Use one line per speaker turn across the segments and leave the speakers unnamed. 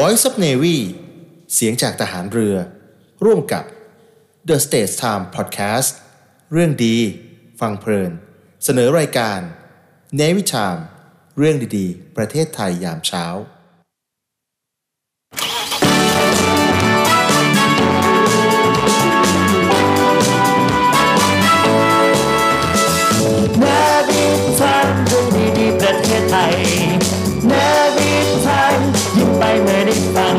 Voice of Navy เสียงจากทหารเรือ ร่วมกับ The States Time Podcast เรื่องดี ฟังเพลิน เสนอรายการ Navy Time เรื่องดีๆ ประเทศไทยยามเช้า
นาวิทันเรื่องดีๆประเทศไทยนาวิทันยิ่งไปเมื่อได้ฟัง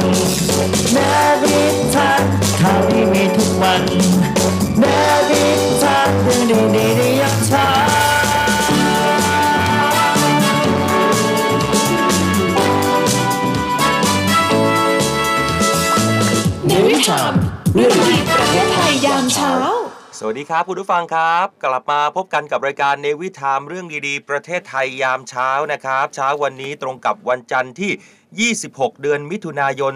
นาวิทันข่าวดีมีทุกวันนาวิทันเรื่องดีๆได้ยับช้า
เนวิชามเรื่องดีประเทศไทยยามเช้า
สวัสดีครับ คุณผู้ฟังครับ กลับมาพบกันกับรายการเนวิทามเรื่องดีๆ ประเทศไทยยามเช้านะครับ เช้าวันนี้ตรงกับวันจันทร์ที่ 26 เดือนมิถุนายน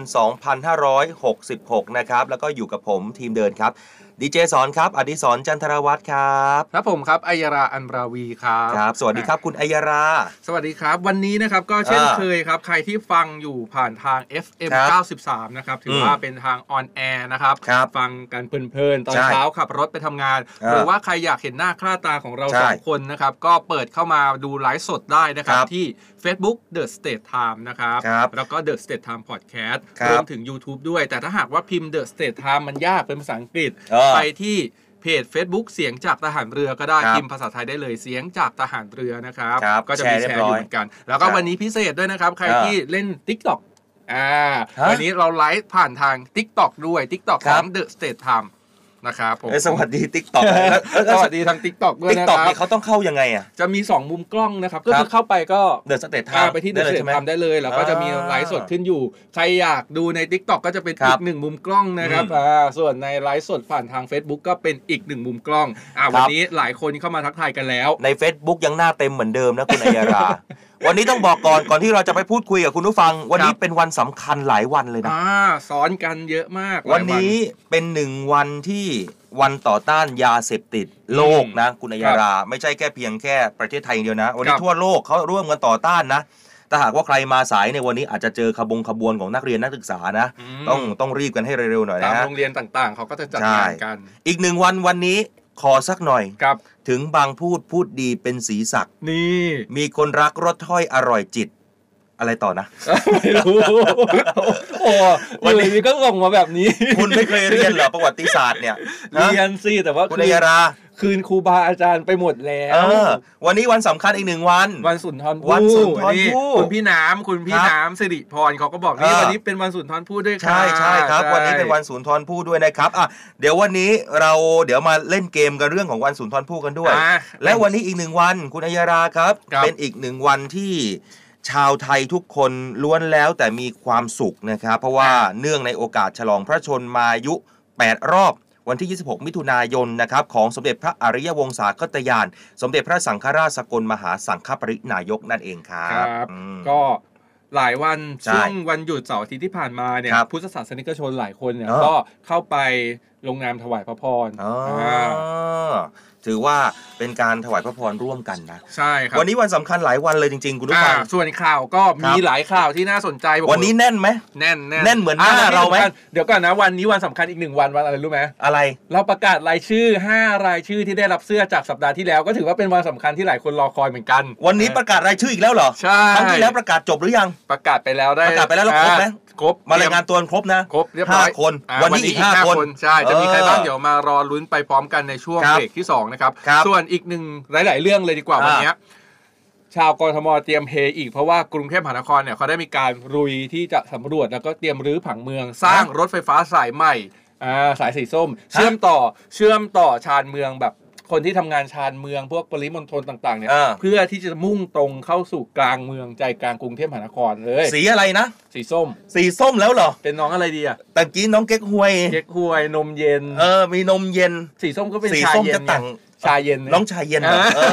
2566 นะครับ แล้วก็อยู่กับผมทีมเดินครับดีเจสอนครับ อดิสรจันทรวัตรครับ
ครับผมครับอัยราอันราวีครับ
ครับ สวัสดีครับคุณอัยรา
สวัสดีครับ วันนี้นะครับก็เช่น
อ่า
เคยครับ ใครที่ฟังอยู่ผ่านทาง FM
ครับ
93 นะครับ ถือว่าเป็นทางออนแอร์นะครับ
ครับ
ฟังกันเพลินๆ ตอน
ใช่
เช้าขับรถไปทำงาน
อ่า
หรือว่าใครอยากเห็นหน้าค่าตาของเรา
ใช่
สองคนนะครับ ก็เปิดเข้ามาดูไลฟ์สดได้นะครับ
ครับ
ที่ Facebook The State Time นะครับ
ครับ
แล้วก็ The State Time Podcast
ครับ
วมถึง YouTube ด้วย แต่ถ้าหากว่าพิมพ์ The State Time มันยากเป็นภาษาอังกฤษ
เออ
ไปที่เพจ Facebook เสียงจากทหารเรือก็ได้
ครับ
พิมพ์ภาษาไทยได้เลยเสียงจากทหารเรือนะครับ
ครับ
ก็จะมี
แชร์เรีย
แชร์
บ
อ
ร้อยู่ ย
เหมือนกัน แล้วก็
ครับ
วันนี้พิเศษด้วยนะครับ ใคร
อ่า
ที่เล่น Tik t o k อ่า
ฮะ
วันนี้เราไลฟ์ผ่านทาง Tik t o k ด้วย Tik t o k
ค
ข
รั
อบ ง The State Time นะครับผม
เอ้ยสวัสดีติ๊กต็อก
สวัสดีทาง Tik t o k ด้วย
ติ๊ก
นะ
ต็อก
ครับ
นี่เขาต้องเข้ายังไงอะ
จะมี 2 มุมกล้องนะครับ ก็
ครับ
คือเข้าไปก็
เดินสเตททา
อ่าม ไปที่เดอะ
ล
เซ
ย
ต
ใช่ไหม
ทำได้เลย แล้วก็จะมีไลฟ์สดขึ้นอยู่ ใครอยากดูใน Tik t o k ก็จะเป็น
ครั
อี
บ
กหนึ่งมุมกล้องนะครับ
อืม
อ่าส่วนในไลฟ์สดผ่านทาง Facebook ก็เป็นอีกหนึ่งมุมกล้อง
ค
อ่า
รับ
วันนี้หลายคนเข้ามาทักทายกันแล้ว
ใน Facebook ยังหน้าเต็มเหมือนเดิมนะคุณอัยรา วันนี้ต้องบอกก่อนก่อนที่เราจะไปพูดคุยกับคุณผู้ฟัง วันนี้
ครับ
เป็นวันสำคัญหลายวันเลยนะ
อ่าซ้อนกันเยอะมากหลาย
วันนี้เป็นหนึ่งวันที่วันต่อต้านยาเสพติดโลกนะ คุณอัยรา ไม่ใช่แค่เพียงแค่ประเทศไทยอย่างเดียวนะ วันนี้
ครับ
ทั่วโลกเขาร่วมกันต่อต้านนะถ้าหากว่าใครมาสายในวันนี้อาจจะเจอขบงขบวนของนักเรียนนักศึกษานะ
ม
ต้องต้องรีบกันให้เร็วๆหน่อย
ตา
นะ
ม
ฮะ
โรงเรียนต่างๆ เขาก็จะจัด
ใช่
งานกัน
อีกหนึ่งวันวันนี้ขอสักหน่อย
ครับ
ถึงบางพูดพูดดีเป็นสีสัก
นี่
มีคนรักรสถ้อยอร่อยจิต อะไรต่อนะ
ไม่รู้ โอ้วันนี้ก็ส่งมาแบบนี้
คุณไม่เคยเรียน เหรอประวัติศาสตร์เนี่ยนะ
เรียนสิแต่ว่า
คุณ
คื
อัยรา
คืนครูบาอาจารย์ไปหมดแล้ว
เออวันนี้วันสำคัญอีกหนึ่งวัน
วันสุนทรภู่
วันสุนทรภู่
คุณพี่น้ำคุณพี่
ครับ
น้ำสิริพรเขาก็บอกนี่
อ่า
วันนี้เป็นวันสุนทรภู่ด้วยค่ะ
ใช่ใช่ครับ วันนี้เป็นวันสุนทรภู่ด้วยนะครับอ่ะเดี๋ยววันนี้เราเดี๋ยวมาเล่นเกมกันเรื่องของวันสุนทรภู่กันด้วย
อ่า
และวันนี้อีกหนึ่งวันคุณอัยราครับ
ครับ
เป็นอีกหนึ่งวันที่ชาวไทยทุกคนล้วนแล้วแต่มีความสุขนะครับ เพราะว่าเนื่องในโอกาสฉลองพระชนมายุ 8 รอบ วันที่ 26 มิถุนายนนะครับของสมเด็จพระอริยวงศาคตยาน สมเด็จพระสังฆราชสกลมหาสังฆปรินายกนั่นเองครั
ครับ บ
อืม
ก็หลายวัน
ใช่
ช่วงวันหยุดเสาร์อาทิตย์ที่ผ่านมาเนี่ย
ครับ
พุทธศาสนิกชนหลายคนเนี่ย
เออ
ก็เข้าไปลงนามถวายพระพร
อ๋ออา ถือว่าเป็นการถวายพระพรร่วมกันนะ
ใช่ครับ
วันนี้วันสำคัญหลายวันเลยจริง ๆ คุณผู้ฟัง
อ่าส่วนข่าวก็
ครั
มี
บ
หลายข่าวที่น่าสนใจบอก
วันนี้แน่นไหม
แน่น
แน่นเหมือนหน้า
แล้วที่
เราไหม
สำคัญเดี๋ยวก่อนนะวันนี้วันสำคัญอีกหนึ่งวันวันอะไรรู้ไหม
อะไร
เราประกาศรายชื่อ 5 รายชื่อที่ได้รับเสื้อจากสัปดาห์ที่แล้ว ก็ถือว่าเป็นวันสำคัญที่หลายคนรอคอยเหมือนกัน
วันนี้ประกาศรายชื่ออีกแล้วเหรอ
ใช่
ครั้งที่แล้วประกาศจบหรือยัง
ประกาศไปแล้วได้
ประกาศไปแล้วแล้วครบไหม
อ่าครบ
มารายงานตัวกันครบนะ
ครบเรียบ
ห้า
ร้อย
คน
อ่า
วันนี้อีกห้าคน
ใช่จะมีใครบ้าง
ออ
เดี๋ยวมารอลุ้นไปพร้อมกันในช่วง
ครับ
เบรกที่สองนะครับ
ครับ
ส่วนอีกหนึ่งหลาย ๆ เรื่องเลยดีกว่า
อ่า
วันเนี้ยชาวกรทมเตรียมเฮอีกเพราะว่ากรุงเทพมหานครเนี่ยเขาได้มีการรุยที่จะสำรวจแล้วก็เตรียมรื้อผังเมือง สร้างรถไฟฟ้าสายใหม่อ่าสายสีส้ม เชื่อมต่อเชื่อมต่อชานเมืองแบบคนที่ทำงานชานเมืองพวกปริมณฑลต่าง ๆ เนี่ย
เออ
เพื่อที่จะมุ่งตรงเข้าสู่กลางเมืองใจกลางกรุงเทพมหานครเลย
สีอะไรนะ
สีส้ม
สีส้มแล้วเหรอ
เป็นน้องอะไรดีอะ
ตะกี้น้องเก๊กฮวย
เก๊กฮวยนมเย็น
เออ มีนมเย็น
สีส้มก็เป็น
สี
ชา
ส้ม
เย็น
จะต่าง
ไชาเย็น
น้องชายเย็นเหรอ
อ่า
เออ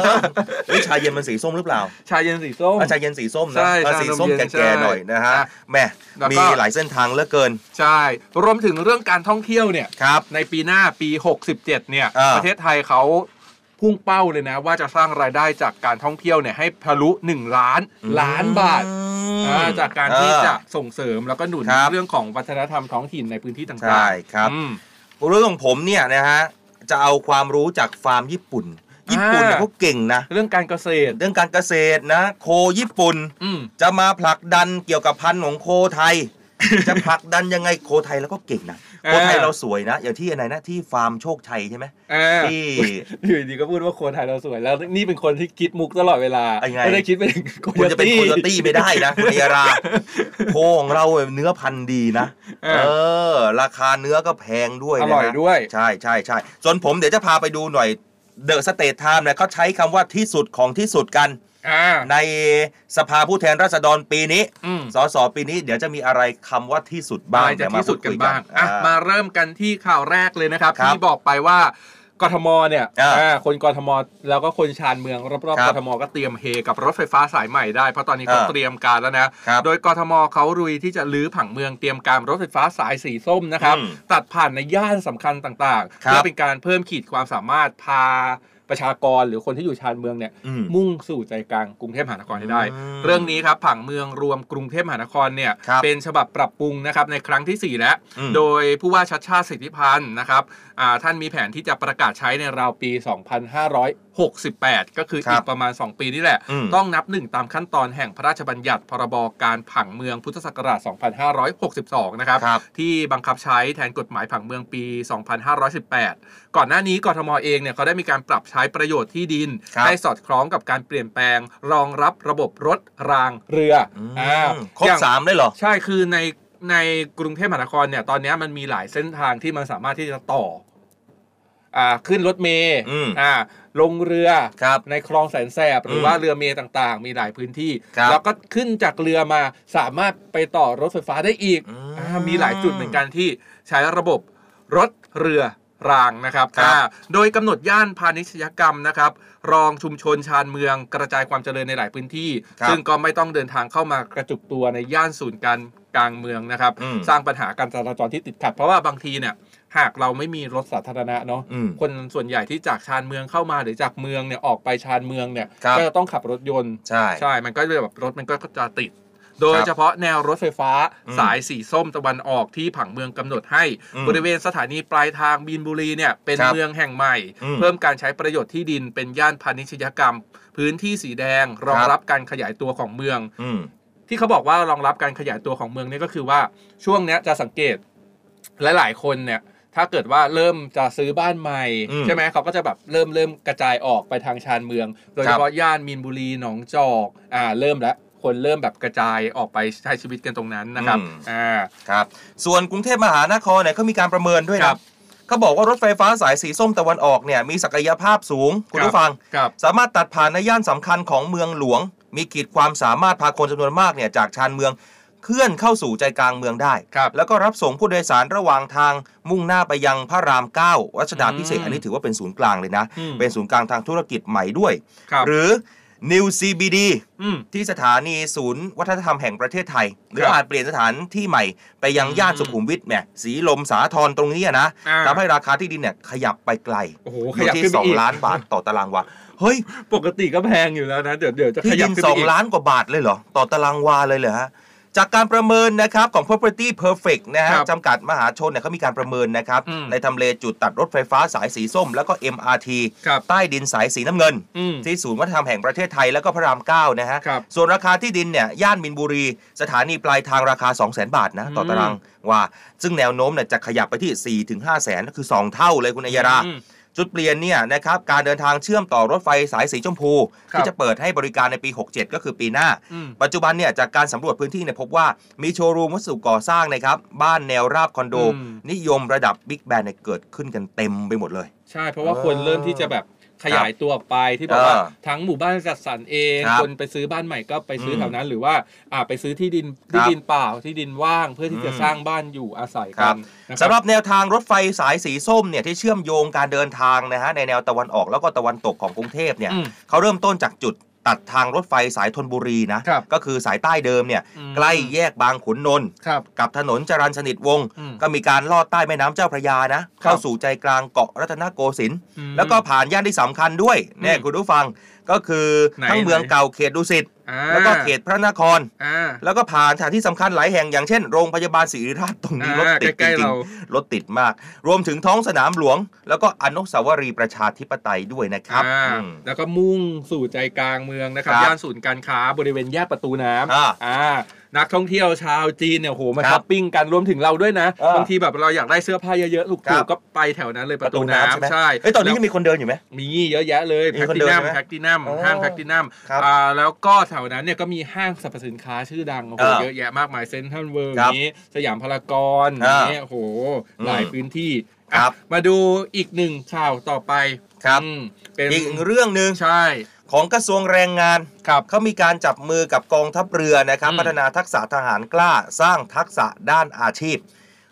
เฮ้ยชายเย็นมันสีส้มหรือเปล่า
ชาเย็นสีส้ม
อ่ะชายเย็นสีส้มนะ
ใช่
เออ
ชานม
สีส้ม
เย็น
แก่ๆหน่อยนะฮะ
อ่ะ
แหม
แล้วก็
มีหลายเส้นทางเหลือเกิน
ใช่ รวมถึงเรื่องการท่องเที่ยวเนี่ย
ครับ
ในปีหน้าปี 67 เนี่ย
อ่า
ประเทศไทยเขาพุ่งเป้าเลยนะ ว่าจะสร้างรายได้จากการท่องเที่ยวเนี่ยให้ทะลุ 1 ล้านล้านบาท
อืมม
อ่อ่าจากการที่
เออ
จะส่งเสริมแล้วก็หนุน
ครับ
เรื่องของวัฒนธรรมท้องถิ่นในพื้นที่ต่างๆ
ใช่ครับ
อืม
เรื่องของผมเนี่ยนะฮะจะเอาความรู้จากฟาร์มญี่ปุ่น ญี่ปุ่นเนี่ย
อ่า
เขาเก่งนะ
เรื่องการเกษตร
เรื่องการเกษตรนะ โคญี่ปุ่น
อืม
จะมาผลักดันเกี่ยวกับพันธุ์ของโคไทย จะผลักดันยังไงโคไทยแล้วก็เก่งนะ
เออ
โคไทยเราสวยนะ อย่างที่อะไรนะที่ฟาร์มโชคชัยใช่ไหม
อ่า
ที่
อยู่ดีก็พูดว่าคนไทยเราสวยแล้วนี่เป็นคนที่คิดมุกตลอดเวลา
ยังไง
ไม่ได้คิดไปถึงโค
คุณ
โย
จะเป็น
ตี้
โคโยตี้ไม่ได้ นะคุณเอยราโคของเราเนื้อพันธุ์ดีนะ
เออ
เออ ราคาเนื้อก็แพงด้วยนะ
อร่อยด้วย
ใช่ใช่ใช่ส่วนผมเดี๋ยวจะพาไปดูหน่อยเดอะสเตทไทม์เนี่ยเขาใช้คำว่าที่สุดของที่สุดกัน
อ่า
ในสภาผู้แทนราษฎรปีนี้
อืม
สสปีนี้เดี๋ยวจะมีอะไรคำว่าที่สุดบ้าง
บายจะที่สุดกันบ้าง
อ่ะ
อ่ะมาเริ่มกันที่ข่าวแรกเลยนะครับ
ครับ
ที่บอกไปว่ากทมเนี่ย
อ่า
อ่าคนกทมแล้วก็คนชานเมืองรอบ
ครั
ๆ
บ
กทมก็เตรียมเฮกับรถไฟฟ้าสายใหม่ได้เพราะตอนนี้เขา
อ่า
เตรียมการแล้วนะครับ โดยกทมเขารุยที่จะลื้อผังเมืองเตรียมการรถไฟฟ้าสายสีส้มนะครับ
อืม
ตัดผ่านในย่านสำคัญต่างๆ
ครับ
เพื่อเป็นการเพิ่มขีดความสามารถพาประชากรหรือคนที่อยู่ชานเมืองเนี่ย
อืม
มุ่งสู่ใจกลางกรุงเทพมหานครให้ได้
อืม
เรื่องนี้ครับผังเมืองรวมกรุงเทพมหานครเนี่ย
ครับ
เป็นฉบับปรับปรุงนะครับในครั้งที่ 4 แล้ว
อืม
โดยผู้ว่าชัดชาติสิทธิพันธ์นะครับอ่าท่านมีแผนที่จะประกาศใช้ในราวปี 2568 ก็คือ
ครั
อี
บ
กประมาณ 2 ปีนี่แหละ
อืม
ต้องนับหนึ่งตามขั้นตอนแห่งพระราชบัญญัติพรบการผังเมืองพุทธศักราช 2562 นะครับ
ครับ
ที่บังคับใช้แทนกฎหมายผังเมืองปี 2518 ก่อนหน้านี้กทมเองเนี่ยเขาได้มีการปรับใช้ประโยชน์ที่ดิน
ครับ
ให้สอดคล้องกับการเปลี่ยนแปลง รองรับระบบรถรางเรืออ
ม
อ่า
ครบ
อย่าง
สามได้เหรอ
ใช่คือในในกรุงเทพมหานครเนี่ยตอนเนี้ยมันมีหลายเส้นทางที่มันสามารถที่จะต่ออ่าขึ้นรถเมล์
อืม
อ่าลงเรือ
ครับ
ในคลองแสนแสบหรือ
ม
ว่าเรือเมย์ต่างๆ มีหลายพื้นที่
ครับ
แล้วก็ขึ้นจากเรือมาสามารถไปต่อรถไฟฟ้าได้อีก
อืม
อ่ามีหลายจุดเหมือนกันที่ใช้ระบบรถเรือรางนะครับ
ครับ
อ่าโดยกำหนดย่านพาณิชยกรรมนะครับ รองชุมชนชานเมืองกระจายความเจริญในหลายพื้นที่
ครับ
ซึ่งก็ไม่ต้องเดินทางเข้ามากระจุกตัวในย่านศูนย์การกลางเมืองนะครับ
อืม
สร้างปัญหาการจราจรที่ติดขัด เพราะว่าบางทีเนี่ยหากเราไม่มีรถสาธารณะเนาะ
อืม
คนส่วนใหญ่ที่จากชานเมืองเข้ามาหรือจากเมืองเนี่ยออกไปชานเมืองเนี่ย
ครับ
ก็จะต้องขับรถยนต์
ใช่
ใช่ มันก็เลยแบบรถมันก็จะติด โดย
ครับ
เฉพาะแนวรถไฟฟ้า
อืม
สายสีส้มตะวันออกที่ผังเมืองกำหนดให้
อืม
บริเวณสถานีปลายทางบีนบุรีเนี่ยเป็น
ครับ
เมืองแห่งใหม่
อืม
เพิ่มการใช้ประโยชน์ที่ดินเป็นย่านพาณิชยกรรม พื้นที่สีแดง รอง
ครับ
รับการขยายตัวของเมือง
อืม
ที่เขาบอกว่ารองรับการขยายตัวของเมืองเนี่ยก็คือว่าช่วงเนี้ยจะสังเกตหลายๆคนเนี่ย ถ้าเกิดว่าเริ่มจะซื้อบ้านใหม่
อืม
ใช่ไหมเขาก็จะแบบเริ่มเริ่มกระจายออกไปทางชานเมือง โดย
ค
เฉ
รับ
พาะย่านมีนบุรีหนองจอกอ่าเริ่มแล้วคนเริ่มแบบกระจายออกไปใช้ชีวิตกันตรงนั้นนะครับ
อืม
อ่า
ครับ ส่วนกรุงเทพมหานครเนี่ยเขามีการประเมินด้วย
ครั
นะ
บ
เขาบอกว่ารถไฟฟ้าสายสีส้มตะวันออกเนี่ยมีศักยภาพสูง คุณผู้ฟัง
ครับ
สามารถตัดผ่านในย่านสำคัญของเมืองหลวง มีขีดความสามารถพาคนจำนวนมากเนี่ยจากชานเมืองเคลื่อนเข้าสู่ใจกลางเมืองได้
ครับ
แล้วก็รับส่งผู้โดยสารระหว่างทางมุ่งหน้าไปยังพระรามเก้าวัชดาพิเศษก
อืม
อันนี้ถือว่าเป็นศูนย์กลางเลยนะ
อืม
เป็นศูนย์กลางทางธุรกิจใหม่ด้วย
ครับ
หรือ New CBD
อืม
ที่สถานีศูนย์วัฒนธรรมแห่งประเทศไทย หรือ
ครับ
อาจเปลี่ยนสถานที่ใหม่ไปยังย่านสุขุมวิทแหมสีลมสาทรตรงนี้อะนะ
อ่า
ทำให้ราคาที่ดินเนี่ยขยับไปไกล
โอ้โห
อ
ข
ยู่
ยับ
ที่
ขึ้นไป
สอง
อีก
ล้านบาทต่อตารางวาเฮ้ย
ปกติก็แพงอยู่แล้วนะเดี๋ยวเดี๋ยวจะข
ที่
ยั
ดิ
บ
น
ขึ้นไปอีก
2 ล้านกว่าบาทเลยเหรอ ต่อตารางวาเลยเหรอฮะ จากการประเมินนะครับของ Property Perfect นะฮะ
ครับ
จำกัดมหาชนเนี่ยเขามีการประเมินนะครับ
อืม
ในทำเลจุดตัดรถไฟฟ้าสายสีส้ม แล้วก็ MRT
ครับ
ใต้ดินสายสีน้ำเงิน
อืม
ที่ศูนย์วัฒนธรรมแห่งประเทศไทยแล้วก็พระราม 9 นะฮะ
ครับ
ส่วนราคาที่ดินเนี่ยย่านมินบุรี สถานีปลายทางราคา 2 0 0 0 0 0 บาทนะ ต่ออ
ม
ตารางวาซึ่งแนวโน้มเนี่ยจะขยับไปที่4ี่ถึงห้าแสนก็คือสองเท่าเลยคุณอัยยรา
อืม
จุดเปลี่ยนเนี่ยนะครับการเดินทางเชื่อมต่อรถไฟสายสีชมพู
ครับ
ที่จะเปิดให้บริการในปี 67 ก็คือปีหน้า
อืม
ปัจจุบันเนี่ยจากการสำรวจพื้นที่เนี่ยพบว่ามีโชว์รูมวัสดุก่อสร้างนะครับ บ้านแนวราบคอนโด
อืม
นิยมระดับบิ๊กแบนเนี่ยเกิดขึ้นกันเต็มไปหมดเลย
ใช่เพราะว่า
เออ
คนเริ่มที่จะแบบขยายตัวออกไปที่บอก
เออ
ว่าทั้งหมู่บ้านจัดสรรเอง
ครับ
คนไปซื้อบ้านใหม่ก็ไปซื้ออ
ม
แถวนั้น หรือว่าอ่าไปซื้อที่ดิน
ครับ
ที่ดินเปล่าที่ดินว่างเพื่อที่จะ
อืม
สร้างบ้านอยู่อาศัย
ค
กั
รั
น
บ
นะค
สำหรับแนวทางรถไฟสายสีส้มเนี่ยที่เชื่อมโยงการเดินทางนะฮะในแนวตะวันออกแล้วก็ตะวันตกของกรุงเทพเนี่ย
อืม
เขาเริ่มต้นจากจุดตัดทางรถไฟสายธนบุรีนะครับ ก็คือสายใต้เดิมเนี่ย
อืม
ใกล้แยกบางขุนนนท์
ครับ
กับถนนจรัญสนิทวงศ์
อืม
ก็มีการลอดใต้แม่น้ำเจ้าพระยานะ เข้าสู่ใจกลางเกาะรัตนโกสินทร์
อืม
แล้วก็ผ่านย่านที่สำคัญด้วยแน่
อืม
คุณผู้ฟัง ก็คือ
ไหน
ทั้งเมือง
ไหน
เก่าเขตดุสิต
อ่า
แล้วก็เขตพระนคร
อ่า
แล้วก็ผ่านสถานที่สำคัญหลายแห่งอย่างเช่นโรงพยาบาลศิริราชตรงนี้
อ่าร
ถติด
ใกล้ๆ
จริง
เรา
ๆรถติดมาก รวมถึงท้องสนามหลวง แล้วก็อนุสาวรีย์ประชาธิปไตยด้วยนะครับ
อ่า
อืม
แล้วก็มุ่งสู่ใจกลางเมืองนะครับ
ครับ
ย่านศูนย์การค้าบริเวณแยกประตูน้ำ
อ่า
อ่านักท่องเที่ยวชาวจีนเนี่ยโหมา
ครับ
ช้อปปิ้งกันรวมถึงเราด้วยนะ
เออบ
างทีแบบเราอยากได้เสื้อผ้าเยอะๆถูก
ครับ
ๆก็ไปแถวนั้นเลยป
ประ ระ
ตู
ตูน้ำใช่ไหม
น้ำใช่
เอ้ยตอนนี้
แล้ว
ยังมีคนเดินอยู่ไหม
มีเยอะแยะเลย
มี
แพค
คน
ติ
เดิน
นัม
ใช่ไหม
แพคตินัม
อ๋อ
ห้างแพคตินัม
ครับ
อ่าแล้วก็แถวนั้นเนี่ยก็มีห้างสรรพสินค้าชื่อดังโอ้โห
อ่า
เยอะแยะมากมายเซ็นทรัลเวิร์
ครับ
นี้ สยามพารากอน
อ่า
นี้ยโอ้โห
อืม
หลายพื้นที่
ครั
อ่ะ
บ
มาดูอีกหนึ่งข่าวต่อไป
ครับ
อืมเป็น
อีกเรื่องหนึ่ง
ใช่
ของกระทรวงแรงงาน
ครับ
เขามีการจับมือกับกองทัพเรือนะครับ
อืม
พัฒนาทักษะทหารกล้าสร้างทักษะด้านอาชีพ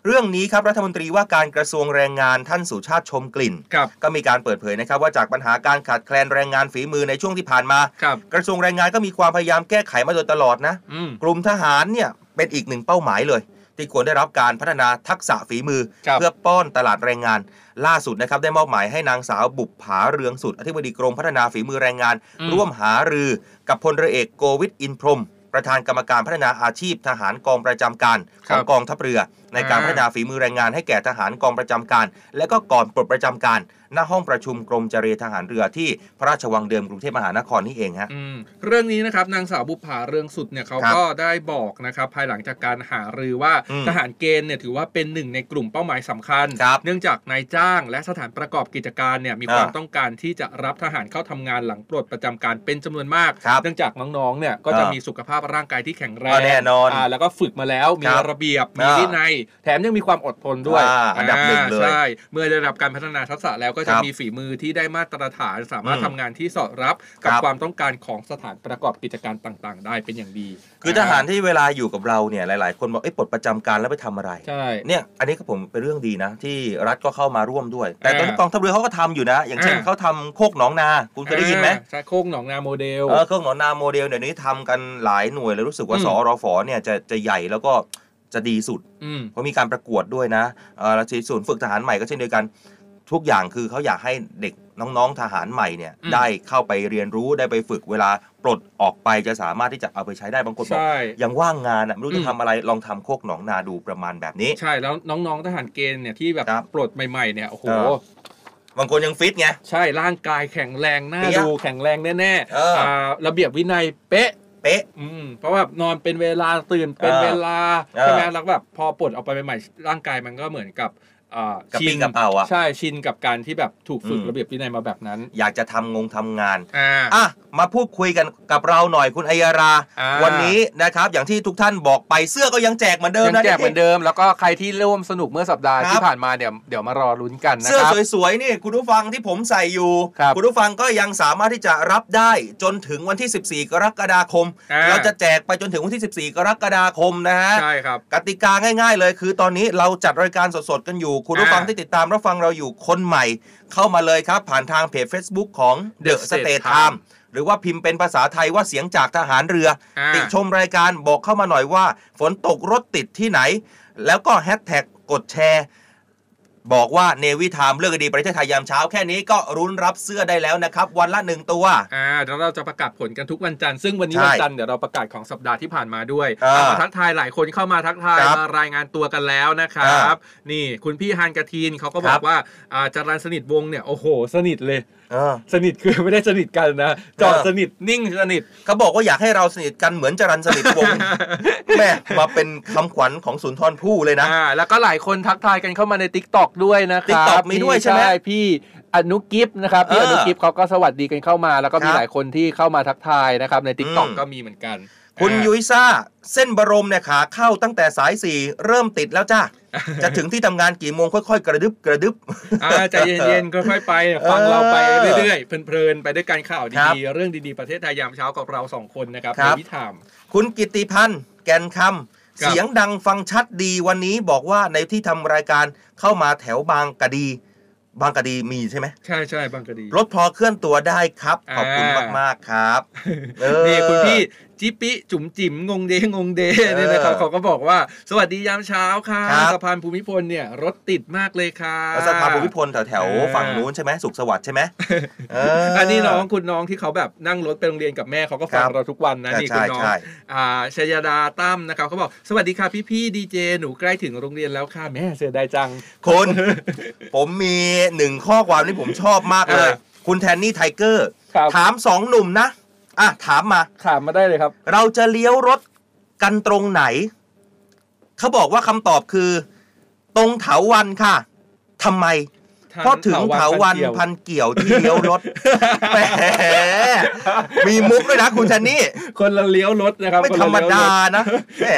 เรื่องนี้ครับรัฐมนตรีว่าการกระทรวงแรงงานท่านสุชาติชมกลิ่น
กับ
ก็มีการเปิดเผยนะครับว่าจากปัญหาการขาดแคลนแรงงานฝีมือในช่วงที่ผ่านมา
กับ
กระทรวงแรงงานก็มีความพยายามแก้ไขมาโดยตลอดนะ
อืม
กลุ่มทหารเนี่ยเป็นอีกหนึ่งเป้าหมายเลย ที่ควรได้รับการพัฒนาทักษะฝีมือ
ครับ
เพื่อป้อนตลาดแรงงาน ล่าสุดนะครับได้มอบหมายให้นางสาวบุบผาเรืองสุดอธิบดีกรมพัฒนาฝีมือแรงงาน
อืม
ร่วมหารือกับพลเรือเอกโกวิทอินพรหมประธานกรรมการพัฒนาอาชีพทหารกองประจำการ
ค
ข
รับ
องกองทัพเรือ ในการ
อ่า
พัฒนาฝีมือแรงงานให้แก่ทหารกองประจำการ และก็ก่อนปลดประจำการณห้องประชุมกรมเจรทหารเรือที่พระราชวังเดิมกรุงเทพมหานครนี่เองฮะ
อืมเรื่องนี้นะครับนางสาวบุภาเรืองสุดเนี่ยเขา
ครับ
ก็ได้บอกนะครับภายหลังจากการหารือว่า
อืม
ทหารเกณฑ์เนี่ยถือว่าเป็นหนึ่งในกลุ่มเป้าหมายสำคัญ
ครับ
เนื่องจากนายจ้างและสถานประกอบกิจการเนี่ยมีความ
อ่า
ต้องการที่จะรับทหารเข้าทำงานหลังปลดประจำการเป็นจำนวนมาก
ครับ
เนื่องจากน้องๆเนี่ยก็จะ
อ่ามี
มีสุขภาพร่างกายที่แข็งแร
ก็
ง
แน่นอน
แล้วก็ฝึกมาแล้วมี
ครับ
ระเบียบมี
อ่า
วินัยแถมยังมีความอดทนด้วย
อ่าอันดับหนึ่งเลย
อ่าใช่เมื่อได้รับการพัฒนาทักษะแล้วก็
ค
จะ
รับ
มีฝีมือที่ได้มาตรฐานสามารถ
อืม
ทำงานที่สอดรับกับ
ครับ
ความ ความต้องการของสถานประกอบกิจการต่างๆ ได้เป็นอย่างดี
คือทหารที่เวลาอยู่กับเราเนี่ยหลาย ๆ คนบอกเอ้ยปลดประจำการแล้วไปทำอะไร
ใช่
เนี่ยอันนี้ก็ผมเป็นเรื่องดีนะ ที่รัฐก็เข้ามาร่วมด้วย แต่ตอนนี้
อ่าก
องทัพเรือเขาก็ทำอยู่นะ อย่างเช่น
อ่า
เขาทำโคกหนองนา คุณเคยได้ยินไหม
อ่าใช่โคกหนองนาโมเดล
เออโคกหนองนาโมเดลเดี๋ยวนี้ทำกันหลายหน่วยเลยรู้สึกว่า
อืม
สอรอฟอเนี่ยจะจะใหญ่แล้วก็จะดีสุด
ม
เพราะมีการประกวดด้วยนะเออแล้วที่ศูนย์ฝึกทหารใหม่ก็เช่นเดียวกัน ทุกอย่างคือเขาอยากให้เด็กน้องๆทหารใหม่เนี่ย
อืม
ได้เข้าไปเรียนรู้ได้ไปฝึกเวลาปลดออกไปจะสามารถที่จะเอาไปใช้ได้บางคนบอก
ใช่
ยังว่างงานอ่ะไม่รู้
อื
จะ
ม
ทำอะไรลองทำโคกหนองนาดูประมาณแบบนี้
ใช่แล้วน้องๆทหารเกณฑ์เนี่ยที่แบบ
ครับ
ปลดใหม่ๆเนี่ยโอ้โห
เออ บางคนยังฟิตไง
ใช่ร่างกายแข็งแรงหน้า
เปี๊ยะ
ดูแข็งแรงแน่
เอออ่
าระเบียบวินัยเป๊ะ
เป๊ะ
อืมเพราะว่านอนเป็นเวลาตื่นเป็น
เออ
เวลา
เออ
ใช่ไหมแล้วแบบพอปลดออกไปใหม่ๆร่างกายมันก็เหมือนกับอ่า
กับ
ชิ
ปิ้งกับเป่าอะ
ใช่ชินกับการที่แบบถูกฝึก
อืม
ระเบียบวินัยมาแบบนั้น
อยากจะทำงงทำงาน
อ่า
อ่ะ มาพูดคุยกันกับเราหน่อยคุณอัยยารา
อ่า
วันนี้นะครับ อย่างที่ทุกท่านบอกไปเสื้อก็ยังแจกเหมือนเดิม
ยัง
นะ
แจกเหมือนเดิมแล้วก็ใครที่ร่วมสนุกเมื่อสัปดาห์
ครับ
ที่ผ่านมาเดี๋ยวเดี๋ยวมารอลุ้นกันนะ
เสื้อ
ครับ
สวยๆนี่คุณผู้ฟังที่ผมใส่อยู่
ครับ
ณผู้ฟังก็ยังสามารถที่จะรับได้จนถึงวันที่ 14 กรกฎาคม
อ่า
เราจะแจกไปจนถึงวันที่ 14 กรกฎาคมนะฮะ
ใช่ครับ
กติกาง่ายๆ เลยคือตอนนี้เราจัดรายการสดๆ กันอยู่ คุณผู้
อ่า
ฟังที่ติดตามรับฟังเราอยู่คนใหม่ เข้ามาเลยครับ ผ่านทางเพจ Facebook ของ The
The State
State
Time
Time หรือว่าพิมพ์เป็นภาษาไทยว่าเสียงจากทหารเรืออา ติชมรายการบอกเข้ามาหน่อยว่า ฝนตกรถติดที่ไหน แล้วก็แฮชแท็กกดแชร์ บอกว่าเนวิทามเลือกดีประเทศไทยยามเช้าแค่นี้ก็รุ้นรับเสื้อได้แล้วนะครับ วันละหนึ่งตัว
อ่าเดี๋ยวเราจะประกาศผลกันทุกวันจันทร์ซึ่งวันนี้
ใช่
วันจันทร์เดี๋ยวเราประกาศของสัปดาห์ที่ผ่านมาด้วย
อ่า
เอามาทักทายหลายคนเข้ามาทักทาย
ครับ
มารายงานตัวกันแล้วนะครับ นี่คุณพี่ฮันกระทินเขาก็บอ
ครั
ก
บ
ว่าอ่าจารันสนิทวงศ์เนี่ยโอ้โห สนิทเลย
เออ
สนิทคือไม่ได้สนิทกันนะจอด
เออ
สนิทนิ่งสนิท
เขาบอกว่าอยากให้เราสนิทกันเหมือนจรันสนิทวงศ์ แม่มาเป็นคำขวัญของสุนทรภู่เลยนะ
อ่าแล้วก็หลายคนทักทายกันเข้ามาใน t ิ k t o k ด้วยนะครับ
TikTok มีด้วยใช่ไหม
พี่อนุกิฟต์นะครับพี่
เอ
อ
ออ
นุกิฟต์เขาก็สวัสดีกันเข้ามาแล้วก็มี
ครับ
หลายคนที่เข้ามาทักทายนะครับใน t ิ k t o k
อืม
ก็มีเหมือนกัน
คุณ
อ่า
ยุ้ยซ่า เส้นบรมเนี่ยขาเข้าตั้งแต่สายสี่เริ่มติดแล้วจ้า จะถึงที่ทำงานกี่โมงค่อยๆ กระดึบกระดึบ
อ่าใจเย็นๆ ค่อยๆ ไป ฟัง
เออ
เราไปเรื่อยๆ เพลินๆ ไปด้วยกันข่าว
ครับ
ดีๆ เรื่องดีๆ ประเทศไทยยามเช้ากับเราสองคนนะครับ
ครับ
ในวิถาม
คุณกิติพันธ์แกนคำ
ครับ
เสียงดังฟังชัดดีวันนี้บอกว่าในที่ทำรายการเข้ามาแถวบางกะดี บางกะดีมีใช่ไหม
ใช่ใช่ๆบางกะดี
รถพอเคลื่อนตัวได้ครับ ขอบคุณ
อ่าม
มากๆครับเออ
นี่คุณพี่ จิปิจุ๋มจิ๋มงงเดงงเดเนี่ยนะครับเขาก็บอกว่า สวัสดียามเช้าค่ะ
ครับ
สะพานภูมิพลเนี่ยรถติดมากเลยค่ะ
สถาภูมิพลแถวแถวๆ
อ่า
ฝั่งนู้นใช่ไหมสุขสวัสดิ์ใช่ไหมเ
อันนี้น้องคุณน้องที่เขาแบบนั่งรถไปโรงเรียนกับแม่เขาก็ฟัง
ครับ
เราทุกวันนะ
อ่า
นี่คุ
ใช่
ณน้อง
ใช่
อ่าชยดาตั้มนะครับเขาบอกสวัสดีค่ะพี่พี่ดีเจหนูใกล้ถึงโรงเรียนแล้วค่ะแม่เสียดายจั ง
คุณ ผมมีหนึ่งข้อความที่ผมชอบมากเลย
อ่า
คุณแทนนี่ไทเกอร์
ครับ
ถามสองหนุ่มนะ อ่ะ ถามมา
ถามมาได้เลยครับ
เราจะเลี้ยวรถกันตรงไหน เขาบอกว่าคำตอบคือ ตรงเถาวันค่ะทำไม เพราะถึงเถาวันพันเกี่ยวที่เลี้ยวรถ แหมมีมุกด้วยนะคุณแทนนี่
คนละเลี้ยวรถนะครับ
ไม่
คน
ธร
ละ
รม
เลี้ยวถ
ดานะแหม่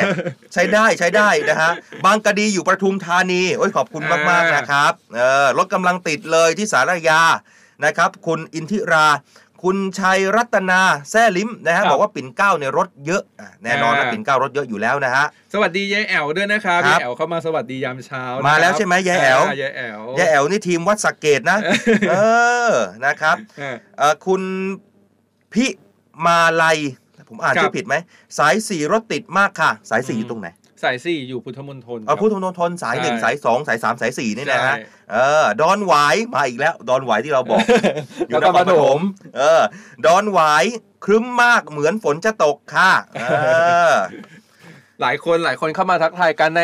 ใช้ได้ใช้ได้นะฮะ บางกะดีอยู่ประทุมธานี โอ้ยขอบคุณมาก ๆ นะครับ เออรถกำลังติดเลยที่สารยานะครับ คุณอินทิรา คุณชัยรัตนาแซ่ลิ้มนะฮะ บอกว่าปิ่นเกล้าเนี่ยรถเยอะอ่ะแน่นอนนะปิ่นเกล้ารถเยอะอยู่แล้วนะฮะ
สวัสดียายแอวด้วยนะครับ
ครั
ยา
บ
ยแอวเข้ามาสวัสดียามเช้า
มา
มา
แล้วใช่ไหมยายแอ๋ว
ยายแอวย
ายแอ๋วนี่ทีมวัดสักเกต นะ เออนะครับ
อ่า
เอ่อคุณพิมาลัย ผมอ่าน
ครับ
ชื่อผิดไหม สายสี่รถติดมากค่ะ สายสี่
อืม
อยู่ตรงไหน
สายสี่อยู่พุทธมณฑล
เอา
ครับ
พุทธมณฑลสายหนึ่ง
ใช่
สายสองสายสามสายสี่นี่นะฮะ
ใช่
เออดอนหวายมาอีกแล้ว ดอนหวายที่เราบอก อยู่น
แล้ว
คร
ก็
ปฐมเออ ดอนหวายครึ้มมากเหมือนฝนจะตกค่ะเออ
หลายคนหลายคนเข้ามาทักทายกันใน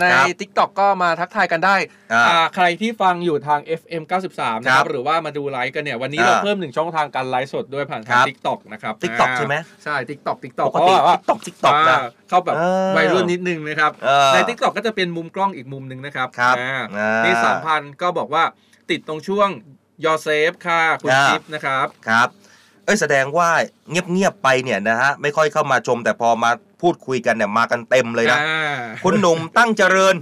ใน
ครับ
ทิกตอกก็มาทักทายกันได้
อ่า
อ่าใครที่ฟังอยู่ทาง FM 93นะค
ครั
รั
บบ
หรือว่ามาดูไลฟ์กันเนี่ยวันนี้
อ่า
เราเพิ่มหนึ่งช่องทางการไลฟ์สดด้วยผ่าน
ค
ทา
รั
ง
บ
ทิกตอกนะครับ
TikTok
า
ใช่ไหม
ใช่ทิกตอกทิกตอก
ปกติ
ว่า
ติ๊กตอกติ๊กตอกนะ
าเข้าแบบ
เออ
วัยรุ่นนิดนึงนะครับ
เออ
ในทิกตอกก็จะเป็นมุมกล้องอีกมุมหนึ่งนะครับ
ครับ
อ่า
อ่า
นี่สามพันก็บอกว่าติดตรงช่วงยอเซฟค่ะคุณ
อ่า
ทิพย์นะครับ
ครับ เอ้ยแสดงว่าเงียบ ๆ ไปเนี่ยนะฮะ ไม่ค่อยเข้ามาชม แต่พอมาพูดคุยกันเนี่ยมากันเต็มเลยนะ
อ่า
คุณหนุ่มตั้งเจริญ